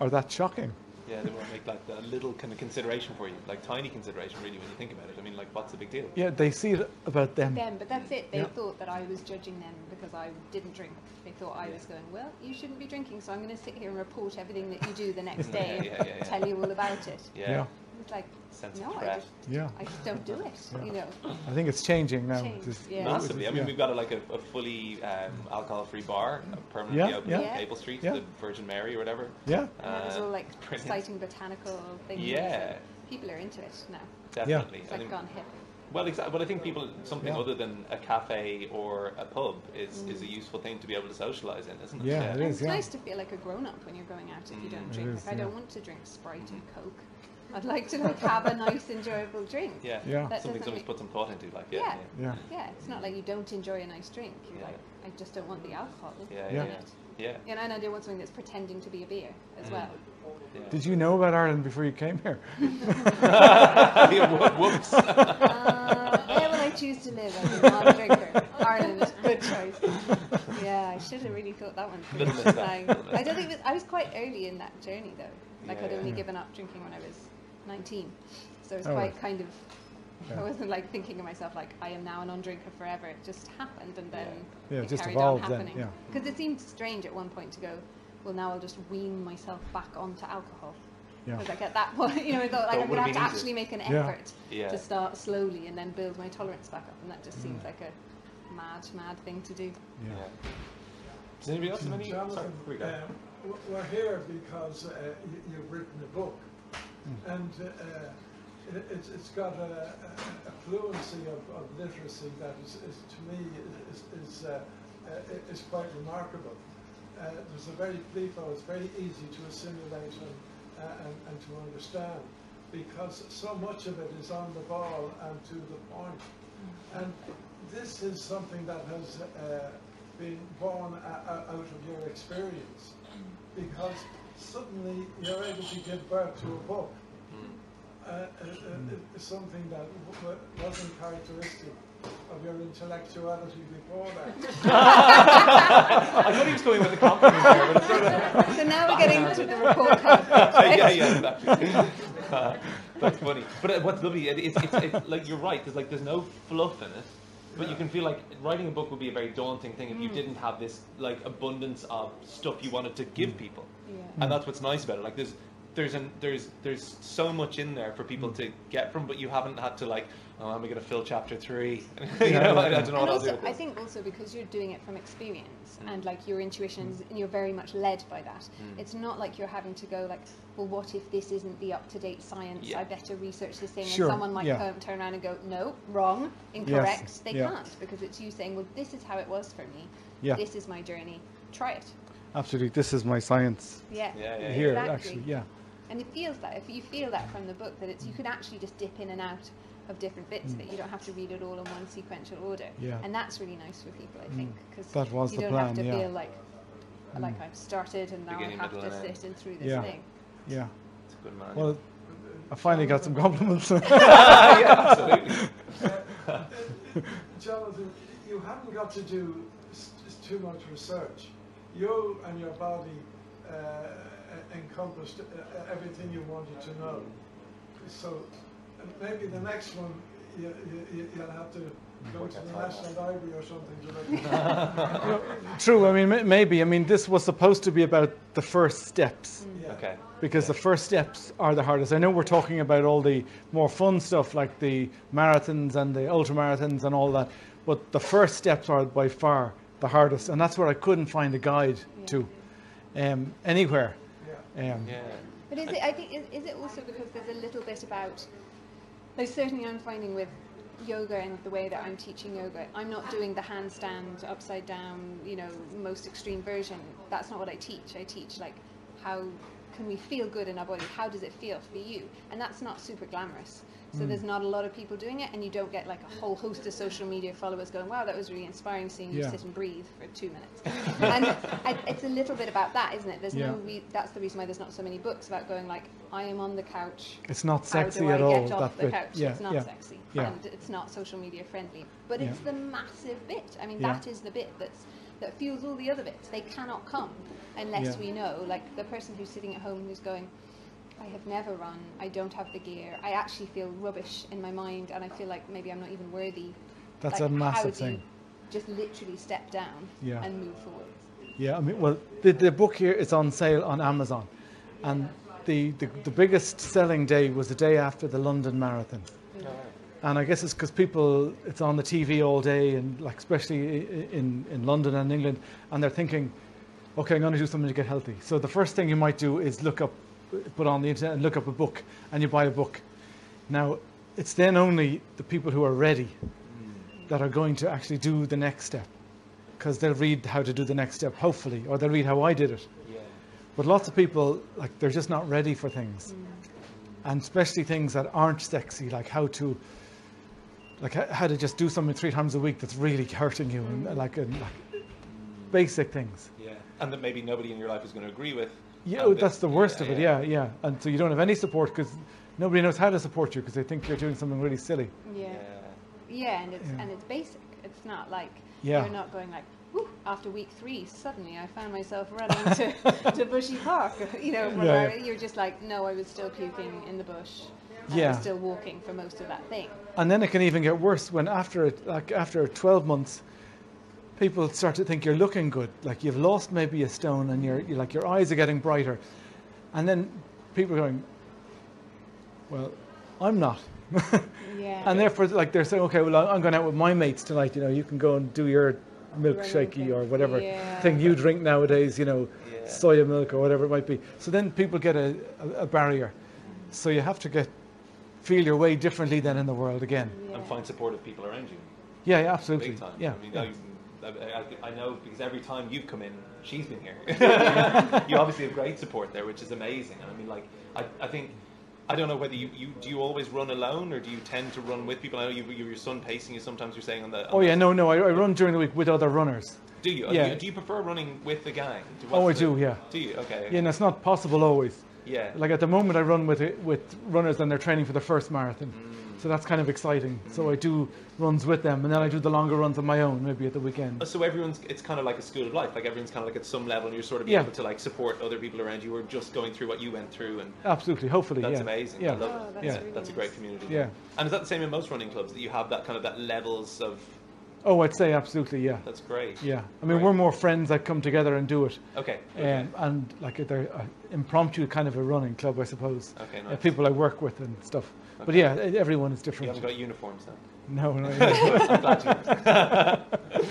are that shocking. Yeah, they won't make like a little kind of consideration for you, like tiny consideration, really, when you think about it. I mean, like, what's the big deal? Yeah, they see it about them. them, but that's it. They Yeah. thought that I was judging them because I didn't drink. They thought I was going, well, you shouldn't be drinking, so I'm going to sit here and report everything that you [laughs] do the next day and Yeah, yeah, yeah, yeah. tell you all about it. Yeah. Yeah. It's like, Sense of no, I threat. just, Yeah, I just don't do it. You know, I think it's changing now. Changed, It's- yeah. Massively. I mean, yeah. we've got a, like a, a fully um, alcohol-free bar uh, permanently Yeah, open yeah. on Yeah. Maple Street, Yeah. the Virgin Mary or whatever. yeah, and it was Uh, all like brilliant. citing botanical things. Yeah. and people are into it now. Definitely. It's I like think- gone hip. Well, exactly. But I think people something Yeah. other than a cafe or a pub is, is a Mm. useful thing to be able to socialise in, isn't it? Yeah, it And is, it's yeah. nice to feel like a grown up when you're going out if you don't Mm. It drink. is, like, I don't yeah. want to drink Sprite and Coke. I'd like to like have a nice, enjoyable drink. Yeah. Yeah. Something That doesn't someone's make- put some thought into, like yeah, Yeah. yeah. Yeah, it's not like you don't enjoy a nice drink. You're Yeah. like, I just don't want the alcohol. yeah, yeah, Yeah. yeah. yeah. And I don't want something that's pretending to be a beer as Mm. well. yeah. [laughs] Did you know about Ireland before you came here? Yeah, whoop- [laughs] whoops. Uh, where will I choose to live? I'm a non-drinker. Ireland is a good choice. Yeah, I should have really thought that one through. Little bit back, Like, little bit I don't think it was, I was quite early in that journey though. Like Yeah, I'd yeah. only given up drinking when I was 19, so it was Hmm. Oh, quite right. kind of. Yeah. I wasn't like thinking of myself like I am now a non-drinker forever. It just happened, and then Yeah, it it just carried evolved on then, happening. yeah. Because it seemed strange at one point to go, well, now I'll just wean myself back onto alcohol. Yeah. Because like at that point, [laughs] you know, I thought like Well, I'm it gonna have would've to been actually make an Yeah. effort Yeah. Hmm. to start slowly and then build my tolerance back up, and that just seems like a mad, mad thing to do. [laughs] Yeah. Yeah. Does anybody else have any? Sorry, Jonathan, here we go. uh, w- we're here because uh, you- you've written a book, Hmm. and uh, uh, it- it's, it's got a, a- a fluency of, of literacy that is, is to me, is, is, uh, uh, i- is quite remarkable. Uh, There's a very plethora, it's very easy to assimilate and, uh, and, and to understand, because so much of it is on the ball and to the point. And this is something that has uh, been born o- o- out of your experience, because suddenly you're able to give birth to a book, uh, uh, uh, is something that w- w- wasn't characteristic of your intellectuality before that. I thought he was going with the compliment there, but it's sort of- So now we're getting to the report card. [laughs] [laughs] yeah, yeah, exactly. [laughs] Uh, that's funny. But uh, what's lovely, it, it's, it's, it's like you're right. There's like there's no fluff in it, but you Yeah. can feel like writing a book would be a very daunting thing if Hmm. you didn't have this like abundance of stuff you wanted to Hmm. give people, Yeah. and that's what's nice about it. Like there's there's an, there's there's so much in there for Hmm. people to get from, but you haven't had to like, oh, am I going to fill chapter three? [laughs] you Yeah, know, yeah, I, I don't yeah. know And what I'll do. also, With I this. think also because you're doing it from experience and like your intuitions, Hmm. and you're very much led by that. It's not like you're having to go like, well, what if this isn't the up-to-date science? Yeah. I better research this thing. Sure, And someone might yeah. come, turn around and go, no, wrong, incorrect. They yeah. can't because it's you saying, well, this is how it was for me. Yeah. This is my journey. Try it. Absolutely. This is my science Yeah. Yeah, yeah, yeah. here, Exactly. actually. Yeah. And it feels that if you feel that from the book that it's you can actually just dip in and out of different bits of it. You don't have to read it all in one sequential order. Mm. Yeah. Mm. And that's really nice for people, I think, because That was you the don't have to plan, yeah. Mm. feel like like I've started and now Beginning, I have middle, to and end. sit and through this Yeah. thing. Yeah. It's a good man. Well, I finally got some [laughs] compliments. [laughs] yeah, absolutely. Uh, Jonathan, you haven't got to do s- s- too much research. You and your body uh, encompassed uh, uh, everything you wanted to know. So uh, maybe the next one you, you, you'll have to go Mm-hmm. Work to out the time National Library or something [laughs] to look. at. True. I mean, ma- maybe. I mean, this was supposed to be about the first steps. Yeah. Okay. because the first steps are the hardest. I know we're talking about all the more fun stuff like the marathons and the ultra marathons and all that, but the first steps are by far the hardest, and that's where I couldn't find a guide to um, anywhere. Yeah. Um, Yeah. But is it? I think is, is it also because there's a little bit about. Like certainly, I'm finding with yoga and the way that I'm teaching yoga, I'm not doing the handstand upside down, you know, most extreme version. That's not what I teach. I teach like how can we feel good in our body? How does it feel for you? And that's not super glamorous. Hmm. So there's not a lot of people doing it, and you don't get like a whole host of social media followers going, "Wow, that was really inspiring seeing you Yeah. sit and breathe for two minutes." [laughs] and I, it's a little bit about that, isn't it? There's no Yeah. re- that's the reason why there's not so many books about going like, "I am on the couch." It's not sexy How do I at all. get that off the bit. couch? Yeah, it's not yeah. sexy, yeah. and it's not social media friendly. But Yeah. it's the massive bit. I mean, Yeah. that is the bit that's that fuels all the other bits. They cannot come unless Yeah. we know. Like the person who's sitting at home who's going, I have never run. I don't have the gear. I actually feel rubbish in my mind, and I feel like maybe I'm not even worthy. That's Like, a how massive do you thing. Just literally step down Yeah. and move forward. Yeah, I mean, well, the, the book here is on sale on Amazon, and the, the the biggest selling day was the day after the London Marathon. And I guess it's because people, it's on the TV all day, and like especially i- in, in London and England, and they're thinking, okay, I'm going to do something to get healthy. So the first thing you might do is look up, put on the internet and look up a book, and you buy a book. Now, it's then only the people who are ready that are going to actually do the next step, because they'll read how to do the next step, hopefully, or they'll read how I did it. But lots of people, like, they're just not ready for things. And especially things that aren't sexy, like how to, like, h- how to just do something three times a week that's really hurting you, and uh, like, and, like basic things. Yeah, and that maybe nobody in your life is going to agree with. Yeah, and that- that's the worst of it. Yeah, yeah. And so you don't have any support because nobody knows how to support you because they think you're doing something really silly. yeah. Yeah, and it's Yeah. and it's basic. It's not like Yeah. you're not going like, Whew, after week three, suddenly I found myself running to, [laughs] to Bushy Park. [laughs] You know, from Yeah, where yeah. you're just like, no, I was still puking in the bush. and I Yeah. was still walking for most of that thing. And then it can even get worse when after it, like after 12 months, people start to think you're looking good. Like you've lost maybe a stone and you're, you like your eyes are getting brighter. And then people are going, well, I'm not. [laughs] Yeah. And therefore, like they're saying, okay, well, I- I'm going out with my mates tonight. You know, you can go and do your milkshakey thing. or whatever Yeah. thing you drink nowadays, you know, Yeah. soya milk or whatever it might be. So then people get a, a, a barrier. So you have to get, feel your way differently than in the world again. and find supportive people around you. Yeah, yeah, absolutely. Big time. Yeah. I mean, yeah. I, I, I know because every time you've come in, she's been [laughs] here. you obviously have great support there, which is amazing. And I mean, like, I, I think. I don't know whether you, you do you always run alone or do you tend to run with people? I know you, you your son pacing you sometimes. You're saying on the. on oh the- yeah, no, no. I, I run during the week with other runners. Do you? yeah. Do you prefer running with the gang? Oh, I what's the- do, yeah. Do you? Okay. Yeah, and it's not possible always. Yeah. Like at the moment, I run with it- with runners and they're training for their first marathon, Mm. so that's kind of exciting. So I do runs with them, and then I do the longer runs on my own, maybe at the weekend. Uh, so everyone's it's kind of like a school of life like everyone's kind of like at some level and you're sort of Yeah. able to like support other people around you who are just going through what you went through and Absolutely, hopefully, that's yeah. amazing Yeah. I love Oh, it that's yeah. really that's a nice. great community Yeah. and is that the same in most running clubs that you have that kind of that levels of Oh, I'd say absolutely, yeah, that's great yeah. I mean, Right. we're more friends that come together and do it, okay okay. um, and like they're uh, impromptu kind of a running club, I suppose. Okay, Uh, Ah, nice. people I work with and stuff. But Okay. yeah, e- everyone is you different. haven't got uniforms [laughs] then [laughs] no, no, yeah. I'm glad [laughs] you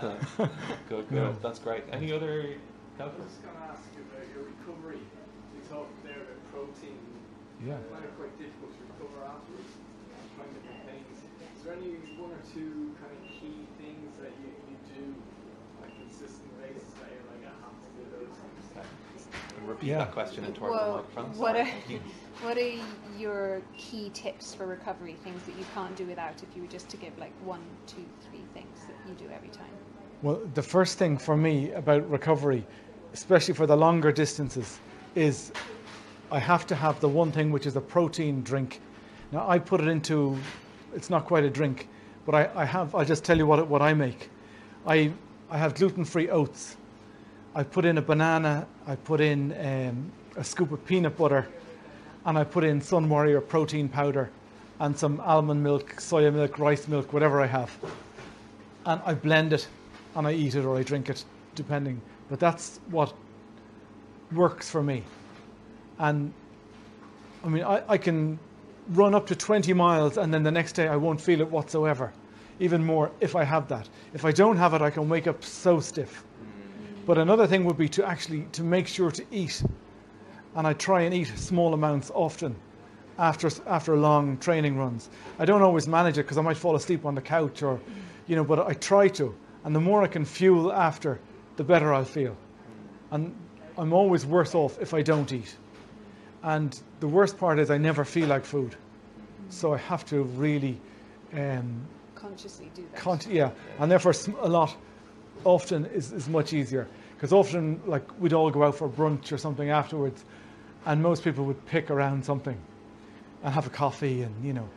good good No. that's great any other I was just going to ask you about your recovery. You talked there about protein. yeah. I find it quite difficult to recover afterwards. Trying different things. Is there any one or two kind of key things that you, you do on a consistent basis that you're like, I have to do those things? repeat Yeah. that question into our Well, microphone what Sorry, a- thank you. What are your key tips for recovery? Things that you can't do without if you were just to give like one, two, three things that you do every time. Well, the first thing for me about recovery, especially for the longer distances, is I have to have the one thing which is a protein drink. Now I put it into, it's not quite a drink, but I, I have. I'll just tell you what it- what I make. I I have gluten-free oats. I put in a banana. I put in um, a scoop of peanut butter, and I put in Sun Warrior protein powder, and some almond milk, soya milk, rice milk, whatever I have and I blend it and I eat it or I drink it, depending. But that's what works for me. And I mean, I, I can run up to 20 miles and then the next day I won't feel it whatsoever. Even more if I have that. If I don't have it, I can wake up so stiff. But another thing would be to actually to make sure to eat, and I try and eat small amounts often, after after long training runs. I don't always manage it because I might fall asleep on the couch or, you know. But I try to, and the more I can fuel after, the better I'll feel. And I'm always worse off if I don't eat. And the worst part is I never feel like food, so I have to really. Um, Consciously do that. Cont- yeah, and therefore sm- a lot often is, is much easier because often like we'd all go out for brunch or something afterwards, and most people would pick around something and have a coffee and you know,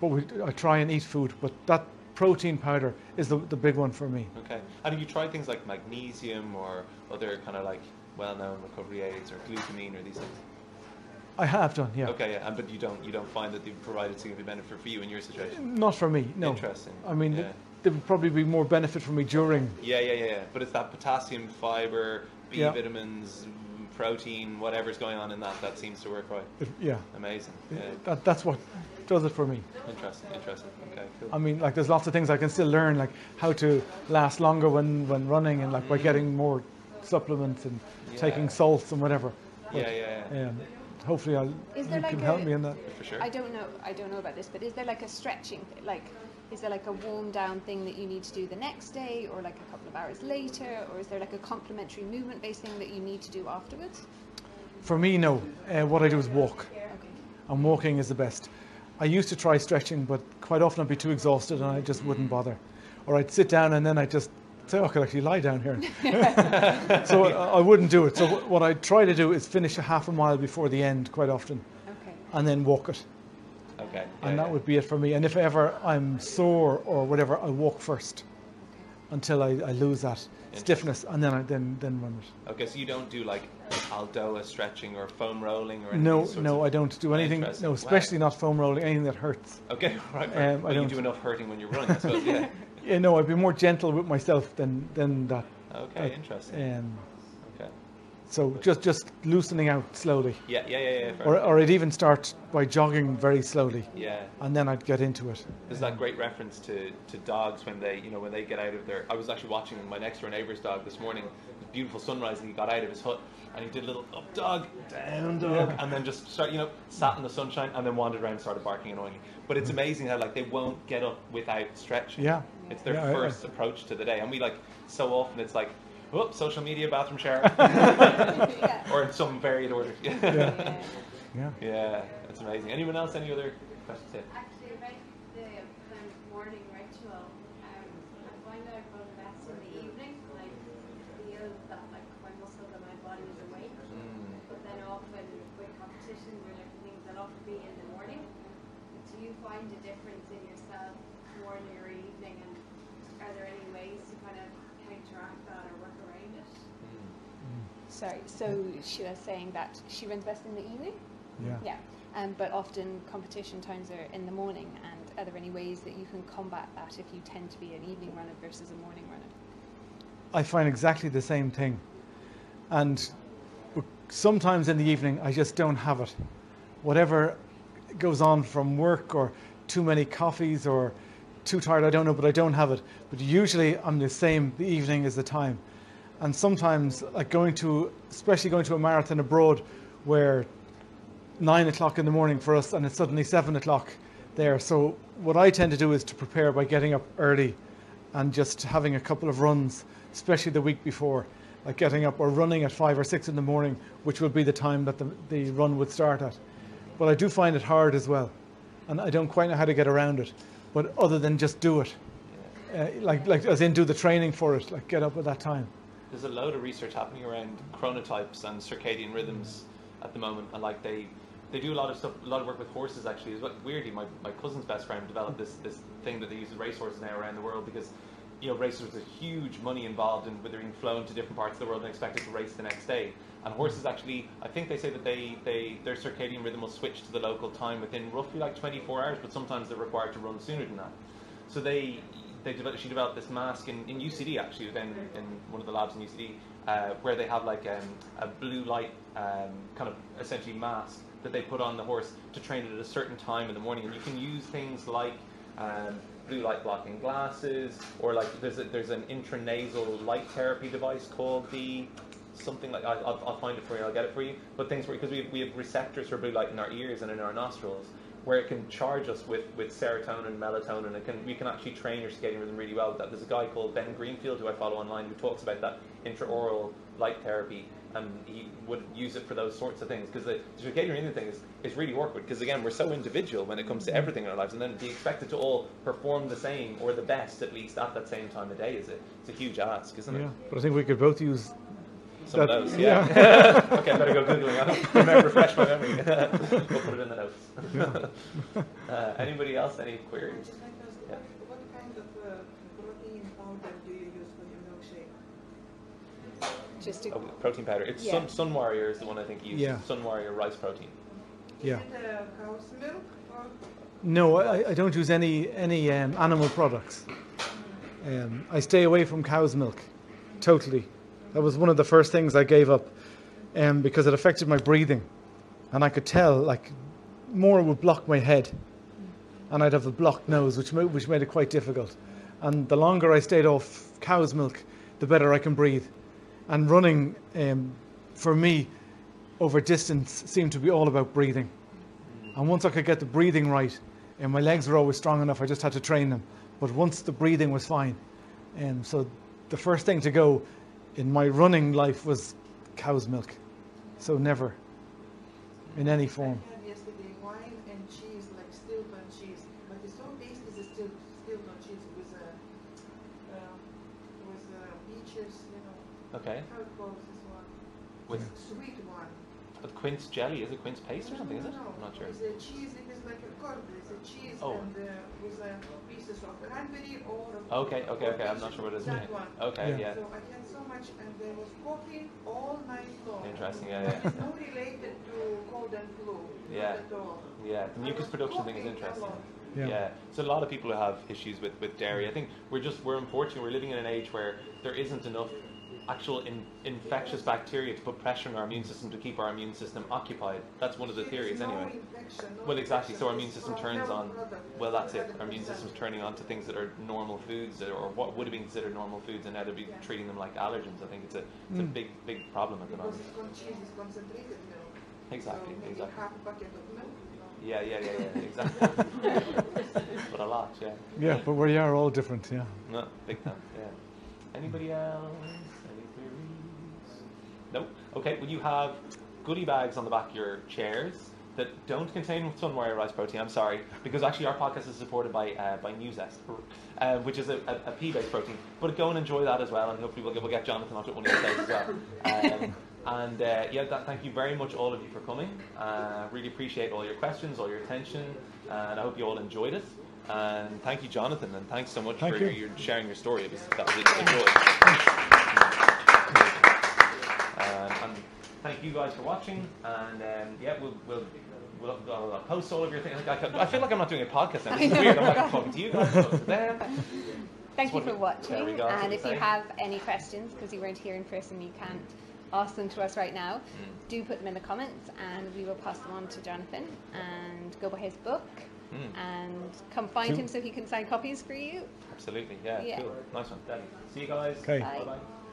but we I try and eat food, but that protein powder is the, the big one for me. Okay. And have you tried things like magnesium or other kind of like well-known recovery aids or glutamine or these things? I have done, yeah. Okay, yeah. And but you don't you don't find that they've provided significant benefit for you in your situation. Not for me, no. Interesting. I mean, yeah. there would probably be more benefit for me during. yeah, yeah, yeah, yeah. But it's that potassium, fiber, B Yeah. vitamins, mm, protein, whatever's going on in that that seems to work right. It, yeah, Amazing. Yeah. that, that's what does it for me. Interesting. Interesting. Okay. Cool. I mean, like there's lots of things I can still learn, like how to last longer when, when running and like by getting more supplements and Yeah. taking salts and whatever. yeah, yeah, yeah. Um, hopefully, I'll, Is you there can like help a- me in that. For sure. I don't know. I don't know about this, but is there like a stretching, thi- like, is there like a warm down thing that you need to do the next day, or like a couple of hours later, or is there like a complementary movement based thing that you need to do afterwards? For me, no. Uh, what I do is walk, Okay. and walking is the best. I used to try stretching, but quite often I'd be too exhausted and I just wouldn't bother. Or I'd sit down and then I'd just say, oh, I could actually lie down here. [laughs] so uh, I, I wouldn't do it. So wh- what I try to do is finish a half a mile before the end quite often Okay. and then walk it. Okay. yeah, and that yeah. would be it for me. And if ever I'm sore or whatever, I walk first until I, I lose that stiffness, and then I then then run it. Okay, so you don't do like Aldoa stretching or foam rolling or any of No, these sorts no, of- I don't do anything. Interesting. No, Wow. especially not foam rolling. Anything that hurts. Okay, [laughs] right. right. Um, I well, you don't- do enough hurting when you're running, I suppose. [laughs] Yeah. Yeah, Eh, no, I'd be more gentle with myself than than that. Okay, Uh, interesting. Um, Okay. so just just loosening out slowly, Yeah, yeah, yeah, yeah. fair or enough. or I'd even start by jogging very slowly, yeah. and then I'd get into it. There's that great reference to, to dogs when they, you know, when they get out of their. I was actually watching my next door neighbor's dog this morning. Beautiful sunrise, and he got out of his hut and he did a little up dog, down dog, and then just start, you know, sat in the sunshine and then wandered around, and started barking annoyingly. But it's amazing how like they won't get up without stretching. Mm. Yeah. It's their Yeah, I- I- first approach to the day, and we like so often it's like, oh, social media, bathroom shower, [laughs] yeah. or in some varied order. [laughs] yeah, yeah. Yeah. it's amazing. Anyone else? Any other questions? Yeah. Actually, about the kind of morning ritual, um, I find I run best in the evening. uh, I feel that like my muscles and my body is awake, but then often when coffee in the morning? Do you find a difference in yourself morning or evening? And are there any ways to kind of counteract that or work around it? Sorry, so she was saying that she runs best in the evening? Yeah. Yeah. Um, but often competition times are in the morning, and are there any ways that you can combat that if you tend to be an evening runner versus a morning runner? I find exactly the same thing. And sometimes in the evening, I just don't have it. Whatever goes on from work or too many coffees or too tired, I don't know, but I don't have it. But usually I'm the same. The evening is the time. And sometimes, like going to, especially going to a marathon abroad where nine o'clock in the morning for us and it's suddenly seven o'clock there. So what I tend to do is to prepare by getting up early and just having a couple of runs, especially the week before, like getting up or running at five or six in the morning, which would be the time that the, the run would start at. But I do find it hard as well, and I don't quite know how to get around it. But other than just do it, uh, like like as in do the training for it, like get up at that time. There's a load of research happening around chronotypes and circadian rhythms at the moment, and like they, they do a lot of stuff, a lot of work with horses actually. Is what weirdly, my, my cousin's best friend developed this this thing that they use with racehorses now around the world because, you know, racers there's huge money involved in whether being flown to different parts of the world and expected to race the next day. And horses actually, I think they say that they, they their circadian rhythm will switch to the local time within roughly like 24 hours, but sometimes they're required to run sooner than that. So they they developed, she developed this mask in, in UCD actually, then in one of the labs in UCD, uh, where they have like um, a blue light um, kind of essentially mask that they put on the horse to train it at a certain time in the morning, and you can use things like um, blue light blocking glasses, or like there's a, there's an intranasal light therapy device called the something like I, I'll, I'll find it for you, I'll get it for you. But things because we we have receptors for blue light in our ears and in our nostrils, where it can charge us with, with serotonin and melatonin. It can we can actually train your circadian rhythm really well with that. There's a guy called Ben Greenfield who I follow online who talks about that intraoral light therapy, and he would use it for those sorts of things because the, the circadian rhythm thing is, is really awkward because again we're so individual when it comes to everything in our lives, and then be expected to all perform the same or the best at least at that same time of day is it? It's a huge ask, isn't Yeah, it? but I think we could both use Some of That- those, yeah. [laughs] okay, I better go googling. I [laughs] don't remember, refresh my memory. [laughs] we'll put it in the notes. [laughs] uh, anybody else? Any I queries? just like to ask, Yeah. what- what kind of uh, protein powder do you use for your milkshake? Just a, Oh, protein powder. It's Yeah. Sun, Sun Warrior is the one I think you used. Yeah. Sun Warrior rice protein. Yeah. Is it uh, cow's milk or No, I, I don't use any any um, animal products. Um, I stay away from cow's milk, totally. That was one of the first things I gave up, um, because it affected my breathing, and I could tell like more would block my head, and I'd have a blocked nose, which ma- which made it quite difficult. And the longer I stayed off cow's milk, the better I can breathe. And running, um, for me, over distance seemed to be all about breathing. And once I could get the breathing right, and my legs were always strong enough, I just had to train them. But once the breathing was fine, and so the first thing to go in my running life was cow's milk. So never, in any form. I had yesterday wine and cheese, like Stilton cheese, but it's so tasty, the Stil- Stilton cheese with uh, uh, with uh, peaches, you know, Okay. how it calls this one? With Sweet one. with quince jelly. Is it quince paste or something? Is it? No, I'm not sure. It's a cheese, it is like a curd, it's a cheese Oh. and uh, with uh, pieces of cranberry or. Okay, okay, or okay. I'm not peaches, sure what it is. That one. Okay, Yeah. yeah. So I had so much, and there was coffee all night long. Interesting, yeah, yeah. It's not related to cold and flu, Yeah. not at all. Yeah, the I mucus was production thing is coughing a interesting. lot. Yeah. Yeah. so a lot of people who have issues with, with dairy, I think we're just we're unfortunate. We're living in an age where there isn't enough actual in, infectious bacteria to put pressure on our immune system to keep our immune system occupied. That's one of the It's theories, no anyway. infection, no Well, exactly. So our immune infection, system it's turns from on. health product. Well, that's it. Our 100%. immune system's turning on to things that are normal foods that- or what would have been considered normal foods, and now they'll be Yeah. treating them like allergens. I think it's a it's a Mm. big big problem at the Because moment. it's con- cheese is concentrated milk. Exactly, So maybe exactly. half a bucket of milk, you know. Yeah, yeah, yeah, yeah. Exactly. but a lot, yeah. Yeah, but we are all different. Yeah. No, big time. Yeah. Anybody else? Any theories? Nope. Okay. Well, you have goodie bags on the back of your chairs. that don't contain sunware rice protein. I'm sorry, because actually our podcast is supported by uh, by Newzest, uh, which is a, a, a pea-based protein. But go and enjoy that as well, and hopefully we'll get, we'll get Jonathan onto one of these days as well. [laughs] Um, and uh, yeah, that, thank you very much all of you for coming. Uh, really appreciate all your questions, all your attention, and I hope you all enjoyed it. And thank you, Jonathan, and thanks so much Thank for you. Your, sharing your story. It was, that was a joy. Um, and thank you guys for watching. And um, yeah, we'll, we'll, we'll, I'll- I'll post all of your things. I, I feel like I'm not doing a podcast now. This is [laughs] I know. weird. I'm not talking to you guys. I'm talking to them. [laughs] Thank you That's for what we- there we watching, go, that's and what if we you say. have any questions, because you weren't here in person, you can't ask them to us right now, Mm. do put them in the comments, and we will pass them on to Jonathan, and go buy his book, Mm. and come find Cool. him so he can sign copies for you. Absolutely. Yeah, Yeah. Cool. Nice one. Daddy. See you guys. Okay. Bye. Bye bye.